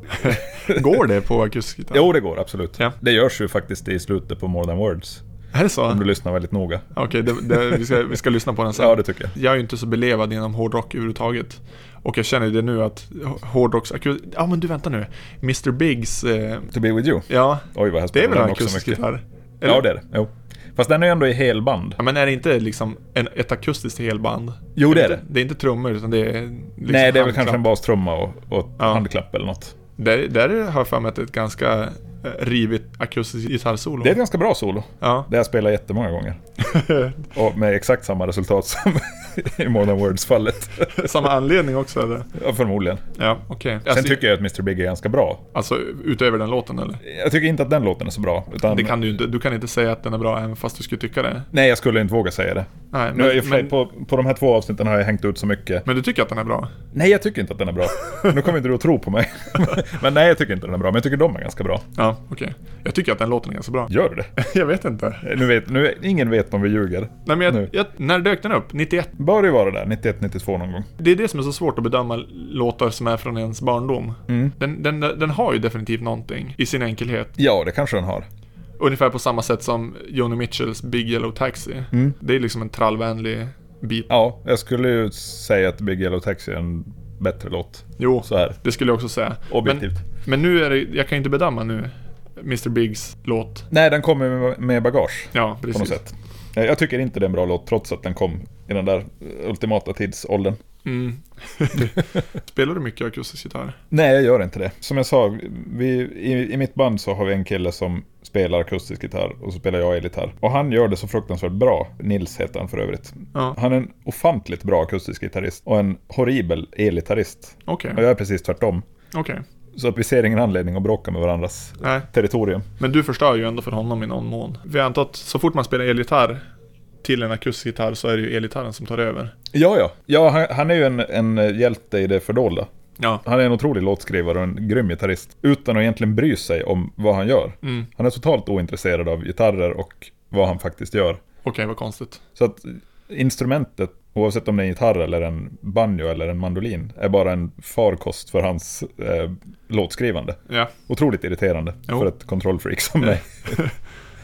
Speaker 1: Går det på akustisk gitarr?
Speaker 2: Jo, det går absolut.
Speaker 1: Ja.
Speaker 2: Det görs ju faktiskt i slutet på More Than Words.
Speaker 1: Är det så?
Speaker 2: Om du lyssnar väldigt noga.
Speaker 1: Okej, det, det, vi, ska, vi ska lyssna på den sen.
Speaker 2: Ja, det tycker jag.
Speaker 1: Jag är ju inte så belevad inom hårdrock överhuvudtaget. Och jag känner ju det nu att hårdrocks... akus- Ja men du vänta nu. Mr Biggs... Eh,
Speaker 2: To be with you.
Speaker 1: ja,
Speaker 2: Oj, vad här
Speaker 1: det är
Speaker 2: spelar
Speaker 1: väl en
Speaker 2: den också
Speaker 1: akustisk
Speaker 2: mycket.
Speaker 1: gitarr? Eller?
Speaker 2: Ja, det är det. Jo. Fast den är ju ändå i helband.
Speaker 1: Ja, men är det inte liksom en, ett akustiskt helband?
Speaker 2: Jo, det är
Speaker 1: inte- Det är inte trummor utan det är... Liksom
Speaker 2: Nej, det är väl
Speaker 1: handklapp.
Speaker 2: kanske en bastrumma och, och
Speaker 1: Ja.
Speaker 2: handklapp eller något.
Speaker 1: Där, där har jag för mig att det är ett ganska eh, rivigt akustiskt gitarrsolo.
Speaker 2: Det är ett ganska bra solo.
Speaker 1: Ja. [laughs]
Speaker 2: Det har jag spelat jättemånga gånger. Och med exakt samma resultat som i More Than Words-fallet.
Speaker 1: Samma anledning också eller?
Speaker 2: Ja, förmodligen.
Speaker 1: Ja, okej.
Speaker 2: Sen
Speaker 1: Alltså,
Speaker 2: tycker jag att Mr. Big är ganska bra.
Speaker 1: alltså utöver den låten eller?
Speaker 2: Jag tycker inte att den låten är så bra. Utan,
Speaker 1: Det kan du ju inte. Du kan inte säga att den är bra även fast du skulle tycka det.
Speaker 2: Nej, jag skulle inte våga säga det.
Speaker 1: Nej,
Speaker 2: nu har jag i
Speaker 1: men,
Speaker 2: och för sig
Speaker 1: men,
Speaker 2: på, på de här två avsnitten har jag hängt ut så mycket.
Speaker 1: men du tycker att den är bra?
Speaker 2: Nej, jag tycker inte att den är bra. Nu kommer inte du att tro
Speaker 1: [laughs]
Speaker 2: på mig. Men nej, jag tycker inte den är bra. Men jag tycker de är ganska bra.
Speaker 1: Ja, okej. Jag tycker att den låten är ganska bra.
Speaker 2: Gör du
Speaker 1: [laughs]
Speaker 2: det?
Speaker 1: Jag vet inte.
Speaker 2: Nu vet, nu, ingen vet om vi ljuger.
Speaker 1: Nej, men
Speaker 2: Nu.
Speaker 1: jag, jag, när dök den upp? 91?
Speaker 2: Bör ju vara där, 91-92 någon gång.
Speaker 1: Det är det som är så svårt att bedöma låtar som är från ens barndom.
Speaker 2: Mm.
Speaker 1: Den, den, den har ju definitivt någonting i sin enkelhet.
Speaker 2: Ja, det kanske den har.
Speaker 1: Ungefär på samma sätt som Joni Mitchells Big Yellow Taxi. Det är liksom en trallvänlig bit.
Speaker 2: Mm. Ja, jag skulle ju säga att Big Yellow Taxi är en bättre låt.
Speaker 1: Jo,
Speaker 2: Så här,
Speaker 1: det skulle jag också säga. Men,
Speaker 2: objektivt.
Speaker 1: men nu är det, jag kan ju inte bedöma nu Mr. Biggs låt.
Speaker 2: Nej, den kommer med- med bagage
Speaker 1: Ja,
Speaker 2: på något
Speaker 1: precis.
Speaker 2: sätt. Eh, Jag tycker inte det är en bra låt trots att den kom i den där eh, ultimata tidsåldern.
Speaker 1: Mm. [laughs] Spelar du mycket akustisk gitarr?
Speaker 2: Nej, jag gör inte det. Som jag sa, vi, i, i mitt band så har vi en kille som spelar akustisk gitarr och så spelar jag elgitarr. Och han gör det så fruktansvärt bra. Nils heter han för övrigt.
Speaker 1: Ja,
Speaker 2: Han är en ofantligt bra akustisk gitarrist och en horribel elgitarrist.
Speaker 1: okej.
Speaker 2: Och jag är precis tvärtom.
Speaker 1: Okej.
Speaker 2: Så att vi ser ingen anledning att bråka med varandras
Speaker 1: Nej,
Speaker 2: territorium.
Speaker 1: men du förstör ju ändå för honom i någon mån. Vi antar att så fort man spelar elgitarr till en akustisk gitarr så är det ju elgitarren som tar över.
Speaker 2: Ja, ja. ja han, han är ju en, en hjälte i det fördolda.
Speaker 1: Ja.
Speaker 2: Han är en otrolig låtskrivare och en grym gitarrist. Utan att egentligen bry sig om vad han gör.
Speaker 1: Mm.
Speaker 2: Han är totalt ointresserad av gitarrer och vad han faktiskt gör.
Speaker 1: Okej, vad konstigt.
Speaker 2: Så att instrumentet, oavsett om det är en gitarr eller en banjo eller en mandolin, är bara en farkost för hans eh, låtskrivande.
Speaker 1: Ja.
Speaker 2: Otroligt irriterande
Speaker 1: Jo.
Speaker 2: för ett kontrollfreak som mig.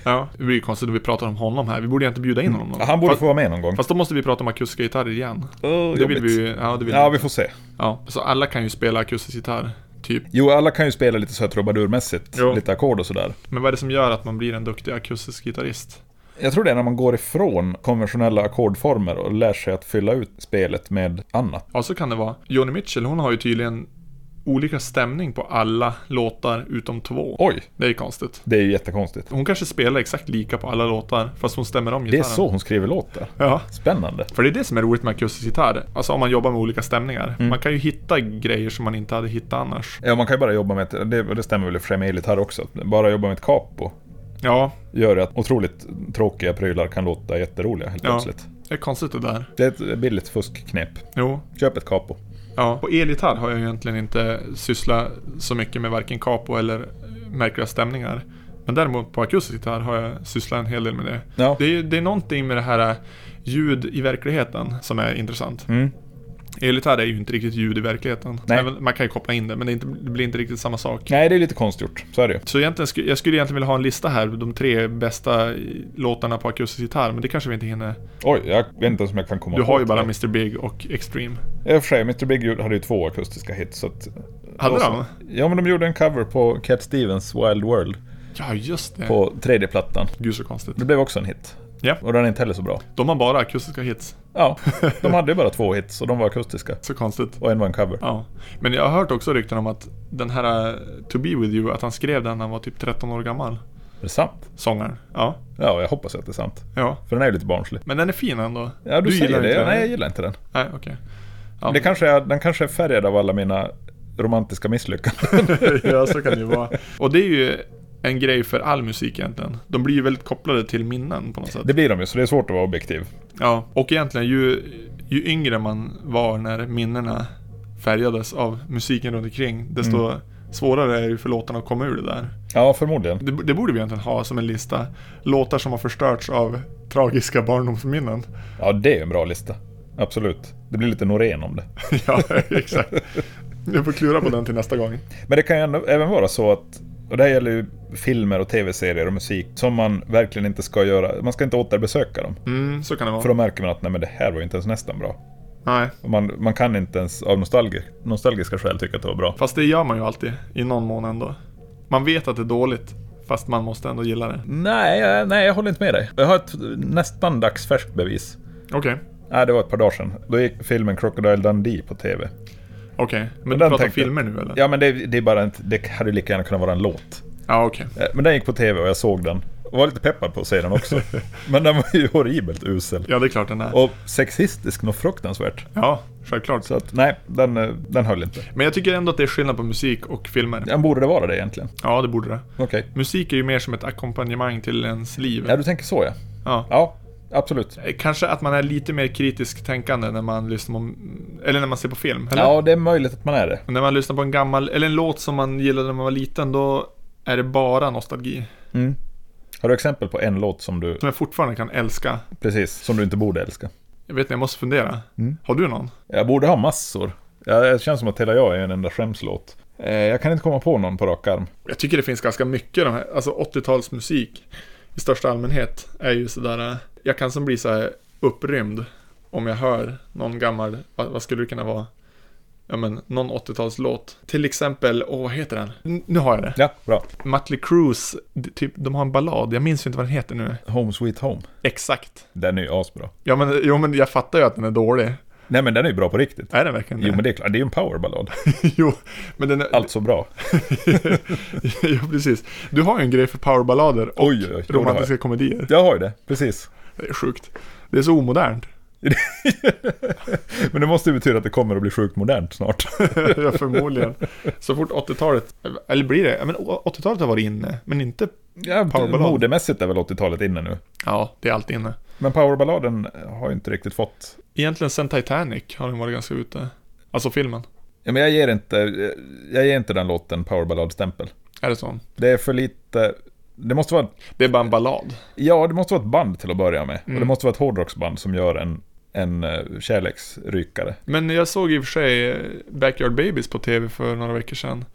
Speaker 1: ja. Det blir ju konstigt om vi pratar om honom här. Vi borde egentligen bjuda in honom.
Speaker 2: Ja, Han borde
Speaker 1: fast,
Speaker 2: få vara med någon gång.
Speaker 1: fast då måste vi prata om akustiska gitarrer igen.
Speaker 2: Åh,
Speaker 1: Det vill
Speaker 2: jobbigt.
Speaker 1: vi ju. Ja, det vill
Speaker 2: Ja,
Speaker 1: vi.
Speaker 2: vi får se.
Speaker 1: Ja. Så alla kan ju spela akustisk gitarr, typ.
Speaker 2: Jo, alla kan ju spela lite så här trubadurmässigt,
Speaker 1: Jo.
Speaker 2: lite ackord och sådär.
Speaker 1: Men vad är det som gör att man blir en duktig akustisk gitarrist?
Speaker 2: Jag tror det är när man går ifrån konventionella ackordformer och lär sig att fylla ut spelet med annat.
Speaker 1: Ja, så kan det vara. Joni Mitchell, hon har ju tydligen olika stämning på alla låtar utom två.
Speaker 2: Oj,
Speaker 1: Det är ju konstigt.
Speaker 2: det är ju jättekonstigt.
Speaker 1: Hon kanske spelar exakt lika på alla låtar, fast hon stämmer om
Speaker 2: Det är
Speaker 1: gitarren.
Speaker 2: så hon skriver låtar.
Speaker 1: Ja.
Speaker 2: Spännande.
Speaker 1: För det är det som är roligt med akustisk gitarr. Alltså om man jobbar med olika stämningar.
Speaker 2: Mm.
Speaker 1: Man kan ju hitta grejer som man inte hade hittat annars.
Speaker 2: Ja, man kan ju bara jobba med ett, det, det stämmer väl i och för sig med elgitarr också, att bara jobba med ett capo
Speaker 1: Ja,
Speaker 2: gör att otroligt tråkiga prylar kan låta jätteroliga helt
Speaker 1: Ja.
Speaker 2: plötsligt.
Speaker 1: det är konstigt det där.
Speaker 2: Det är ett billigt fuskknep.
Speaker 1: Jo,
Speaker 2: Köp ett capo.
Speaker 1: ja. På elgitarr har jag egentligen inte sysslat så mycket med varken capo eller märkliga stämningar. Men däremot på akustisk gitarr har jag sysslat en hel del med det.
Speaker 2: Ja.
Speaker 1: Det är, det är någonting med det här eh, ljud i verkligheten som är intressant.
Speaker 2: Mm.
Speaker 1: Elgitarr är ju inte riktigt ljud i verkligheten.
Speaker 2: Nej.
Speaker 1: Även- Man kan ju koppla in det, men det, är inte, det blir inte riktigt samma sak.
Speaker 2: Nej, det är lite konstgjort. Så är det ju.
Speaker 1: Så egentligen, sku- jag skulle egentligen vilja ha en lista här, de tre bästa i- låtarna på akustisk gitarr, men det kanske vi inte hinner.
Speaker 2: Oj, jag vet inte ens om jag kan komma
Speaker 1: Du har ju
Speaker 2: åt
Speaker 1: bara
Speaker 2: det.
Speaker 1: Mr. Big och Extreme.
Speaker 2: I och för sig, Mr Big hade ju två akustiska hits. Så att,
Speaker 1: Hade
Speaker 2: Och så-
Speaker 1: de?
Speaker 2: Ja, men de gjorde en cover på Cat Stevens Wild World
Speaker 1: Ja, just det.
Speaker 2: på tredje plattan.
Speaker 1: Gud så konstigt.
Speaker 2: Det blev också en hit.
Speaker 1: Ja.
Speaker 2: Och den är inte heller så bra.
Speaker 1: De har bara akustiska hits.
Speaker 2: Ja, de hade ju bara två hits och de var akustiska.
Speaker 1: Så konstigt.
Speaker 2: Och en var en cover.
Speaker 1: Ja. Men jag har hört också rykten om att den här eh, To Be With You, att han skrev den när han var typ 13 år gammal.
Speaker 2: Är det sant?
Speaker 1: Sångaren. Ja.
Speaker 2: Ja, jag hoppas att det är sant.
Speaker 1: Ja.
Speaker 2: För den är ju lite barnslig.
Speaker 1: Men den är fin ändå.
Speaker 2: Ja, du, säger det.
Speaker 1: inte
Speaker 2: Nej, jag
Speaker 1: den?
Speaker 2: gillar inte den.
Speaker 1: Nej, okej. [laughs] Ja.
Speaker 2: Det kanske är, den kanske är färgad av alla mina romantiska misslyckanden.
Speaker 1: [laughs] ja, så kan det ju vara. Och det är ju en grej för all musik egentligen. De blir ju väldigt kopplade till minnen på något sätt.
Speaker 2: Det blir de ju, så det är svårt att vara objektiv.
Speaker 1: Ja, och egentligen ju, ju yngre man var när minnena färgades av musiken runt omkring, desto
Speaker 2: Mm.
Speaker 1: svårare är det ju för låtarna att komma ur det där.
Speaker 2: Ja, förmodligen.
Speaker 1: Det, det borde vi egentligen ha som en lista. Låtar som har förstörts av tragiska
Speaker 2: [laughs]
Speaker 1: barndomsminnen.
Speaker 2: Ja, det är en bra lista. Absolut. Det blir lite Norén om det.
Speaker 1: ja, [laughs] exakt. Jag får klura på den till nästa gång.
Speaker 2: Men det kan ju ändå även vara så att, och det här gäller ju filmer och tv-serier och musik, som man verkligen inte ska göra. Man ska inte återbesöka dem.
Speaker 1: Mm, så kan det vara.
Speaker 2: För då märker man att nej men det här var ju inte ens nästan bra.
Speaker 1: Nej,
Speaker 2: Och Man, man kan inte ens av nostalgi, nostalgiska skäl tycka att det var bra.
Speaker 1: fast det gör man ju alltid i någon mån ändå. Man vet att det är dåligt, fast man måste ändå gilla det.
Speaker 2: Nej, jag- nej, jag håller inte med dig. Jag har ett nästan dagsfärskt bevis.
Speaker 1: Okej,
Speaker 2: Nej, det var ett par dagar sedan. Då gick filmen Crocodile Dundee på TV.
Speaker 1: okej. Men, du
Speaker 2: den
Speaker 1: pratar
Speaker 2: tänkte-
Speaker 1: filmer nu eller?
Speaker 2: Ja, men det, det är bara inte, det hade ju lika gärna kunnat vara en låt.
Speaker 1: ja okej.
Speaker 2: Eh, Men den gick på TV och jag såg den. Och var lite peppad på att se den [laughs] också. men den var ju horribelt usel.
Speaker 1: Ja, det är klart den är.
Speaker 2: Och sexistisk något fruktansvärt.
Speaker 1: Ja, självklart.
Speaker 2: Så att nej, den, eh, den höll inte.
Speaker 1: Men jag tycker ändå att det är skillnad på musik och filmer.
Speaker 2: Den borde det vara det egentligen.
Speaker 1: Ja, det borde det.
Speaker 2: Okej.
Speaker 1: Musik är ju mer som ett ackompanjemang till ens liv.
Speaker 2: Ja, du tänker så ja.
Speaker 1: Ja.
Speaker 2: Ja, absolut.
Speaker 1: Eh, Kanske att man är lite mer kritiskt tänkande när man lyssnar på, eller när man ser på film, eller?
Speaker 2: Ja, det är möjligt att man är det.
Speaker 1: När man lyssnar på en gammal, eller en låt som man gillade när man var liten, då är det bara nostalgi.
Speaker 2: Har du exempel på en låt som du,
Speaker 1: Som jag fortfarande kan älska.
Speaker 2: precis, som du inte borde älska?
Speaker 1: Jag vet inte, jag måste fundera. Har du någon?
Speaker 2: Jag borde ha massor. Ja, Det känns som att hela jag är en enda skämslåt. Eh, Jag kan inte komma på någon på rak arm.
Speaker 1: Jag tycker det finns ganska mycket de här, alltså 80-talsmusik i största allmänhet är ju sådär, eh, jag kan som bli så här upprymd om jag hör någon gammal, vad, vad skulle det kunna vara? Ja men, någon 80-talslåt. Till exempel, åh vad heter den? N- nu har jag det.
Speaker 2: Ja, bra.
Speaker 1: Mötley Crües, d- typ, de har en ballad, jag minns ju inte vad den heter nu.
Speaker 2: Home Sweet Home.
Speaker 1: Exakt.
Speaker 2: Den är ju asbra.
Speaker 1: Ja men, jo men jag fattar ju att den är dålig.
Speaker 2: Nej men den är ju bra på riktigt.
Speaker 1: Är den verkligen det?
Speaker 2: Jo men det är klart, det är ju en powerballad.
Speaker 1: [laughs] jo, men den är...
Speaker 2: Alltså bra.
Speaker 1: [laughs] ja precis. Du har ju en grej för powerballader och
Speaker 2: Oj, oj, oj. Jo, det har
Speaker 1: romantiska
Speaker 2: jag.
Speaker 1: komedier.
Speaker 2: Jag har ju det, precis.
Speaker 1: Det är sjukt. Det är så omodernt. [laughs]
Speaker 2: Men det måste ju betyda att det kommer att bli sjukt modernt snart.
Speaker 1: ja, förmodligen. Så fort 80-talet, eller blir det? Ja, Men 80-talet har varit inne, men inte...
Speaker 2: Ja,
Speaker 1: Powerballad.
Speaker 2: modemässigt är väl 80-talet inne nu.
Speaker 1: Ja, det är alltid inne.
Speaker 2: Men powerballaden har ju inte riktigt fått...
Speaker 1: Egentligen sen Titanic har den varit ganska ute. Alltså filmen.
Speaker 2: Ja, men jag ger inte, jag ger inte den låten powerballad-stämpel.
Speaker 1: Är det så?
Speaker 2: Det är för lite Det måste vara,
Speaker 1: Det är bara en ballad.
Speaker 2: ja, det måste vara ett band till att börja med.
Speaker 1: Mm.
Speaker 2: Och det måste vara ett hårdrocksband som gör en, en eh, kärleksrykare.
Speaker 1: Men jag såg i och för sig eh, Backyard Babies på TV för några veckor sedan.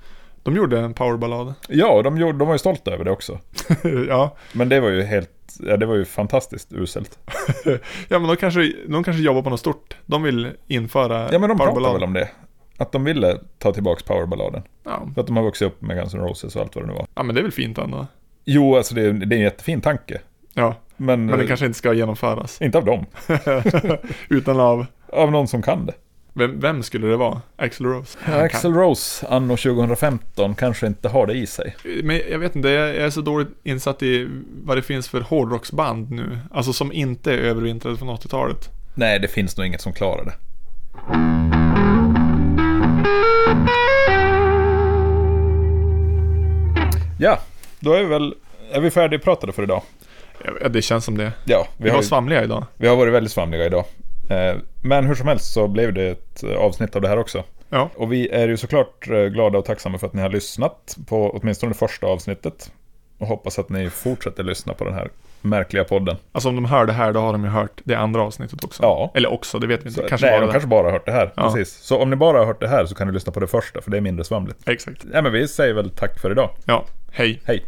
Speaker 1: De gjorde en powerballad. [laughs]
Speaker 2: Ja, och de, gjorde, de var ju stolta över det också.
Speaker 1: ja.
Speaker 2: Men det var ju helt, ja, det var ju fantastiskt uselt.
Speaker 1: ja, men de kanske, de kanske jobbar på något stort. De vill införa
Speaker 2: Ja, men de pratade
Speaker 1: powerballad.
Speaker 2: väl om det. Att de ville ta tillbaka powerballaden.
Speaker 1: Ja.
Speaker 2: För att de har vuxit upp med Guns N' Roses och allt vad det nu var.
Speaker 1: ja, men det är väl fint ändå.
Speaker 2: Jo, alltså det är, det är en jättefin tanke.
Speaker 1: Ja,
Speaker 2: Men,
Speaker 1: men det kanske inte ska genomföras. [laughs]
Speaker 2: inte av dem.
Speaker 1: Utan av,
Speaker 2: Av någon som kan det.
Speaker 1: vem, vem skulle det vara? Axl Rose? Han kan-
Speaker 2: Axel Rose anno 2015 kanske inte har det i sig.
Speaker 1: Men jag vet inte, jag jag är så dåligt insatt i vad det finns för hårdrocksband nu. Alltså som inte är övervintrade från 80-talet.
Speaker 2: Nej, det finns nog inget som klarar det. Ja, då är vi väl är vi färdigpratade för idag.
Speaker 1: Ja, det känns som det.
Speaker 2: Ja, vi
Speaker 1: Vi
Speaker 2: har,
Speaker 1: var
Speaker 2: ju-
Speaker 1: svamliga idag.
Speaker 2: vi har varit väldigt svamliga idag. Eh, Men hur som helst så blev det ett eh, avsnitt av det här också.
Speaker 1: Ja.
Speaker 2: Och vi är ju såklart eh, glada och tacksamma för att ni har lyssnat på åtminstone det första avsnittet. Och hoppas att ni fortsätter lyssna på den här märkliga podden.
Speaker 1: Alltså om de hör det här, då har de ju hört det andra avsnittet också.
Speaker 2: Ja.
Speaker 1: Eller också, det vet vi inte.
Speaker 2: Så,
Speaker 1: kanske
Speaker 2: nej,
Speaker 1: bara
Speaker 2: de
Speaker 1: det.
Speaker 2: kanske bara har hört det här.
Speaker 1: Ja.
Speaker 2: Precis. Så om ni bara har hört det här så kan ni lyssna på det första, för det är mindre svamligt.
Speaker 1: Exakt.
Speaker 2: Nej, men vi säger väl tack för idag.
Speaker 1: Ja, hej.
Speaker 2: Hej!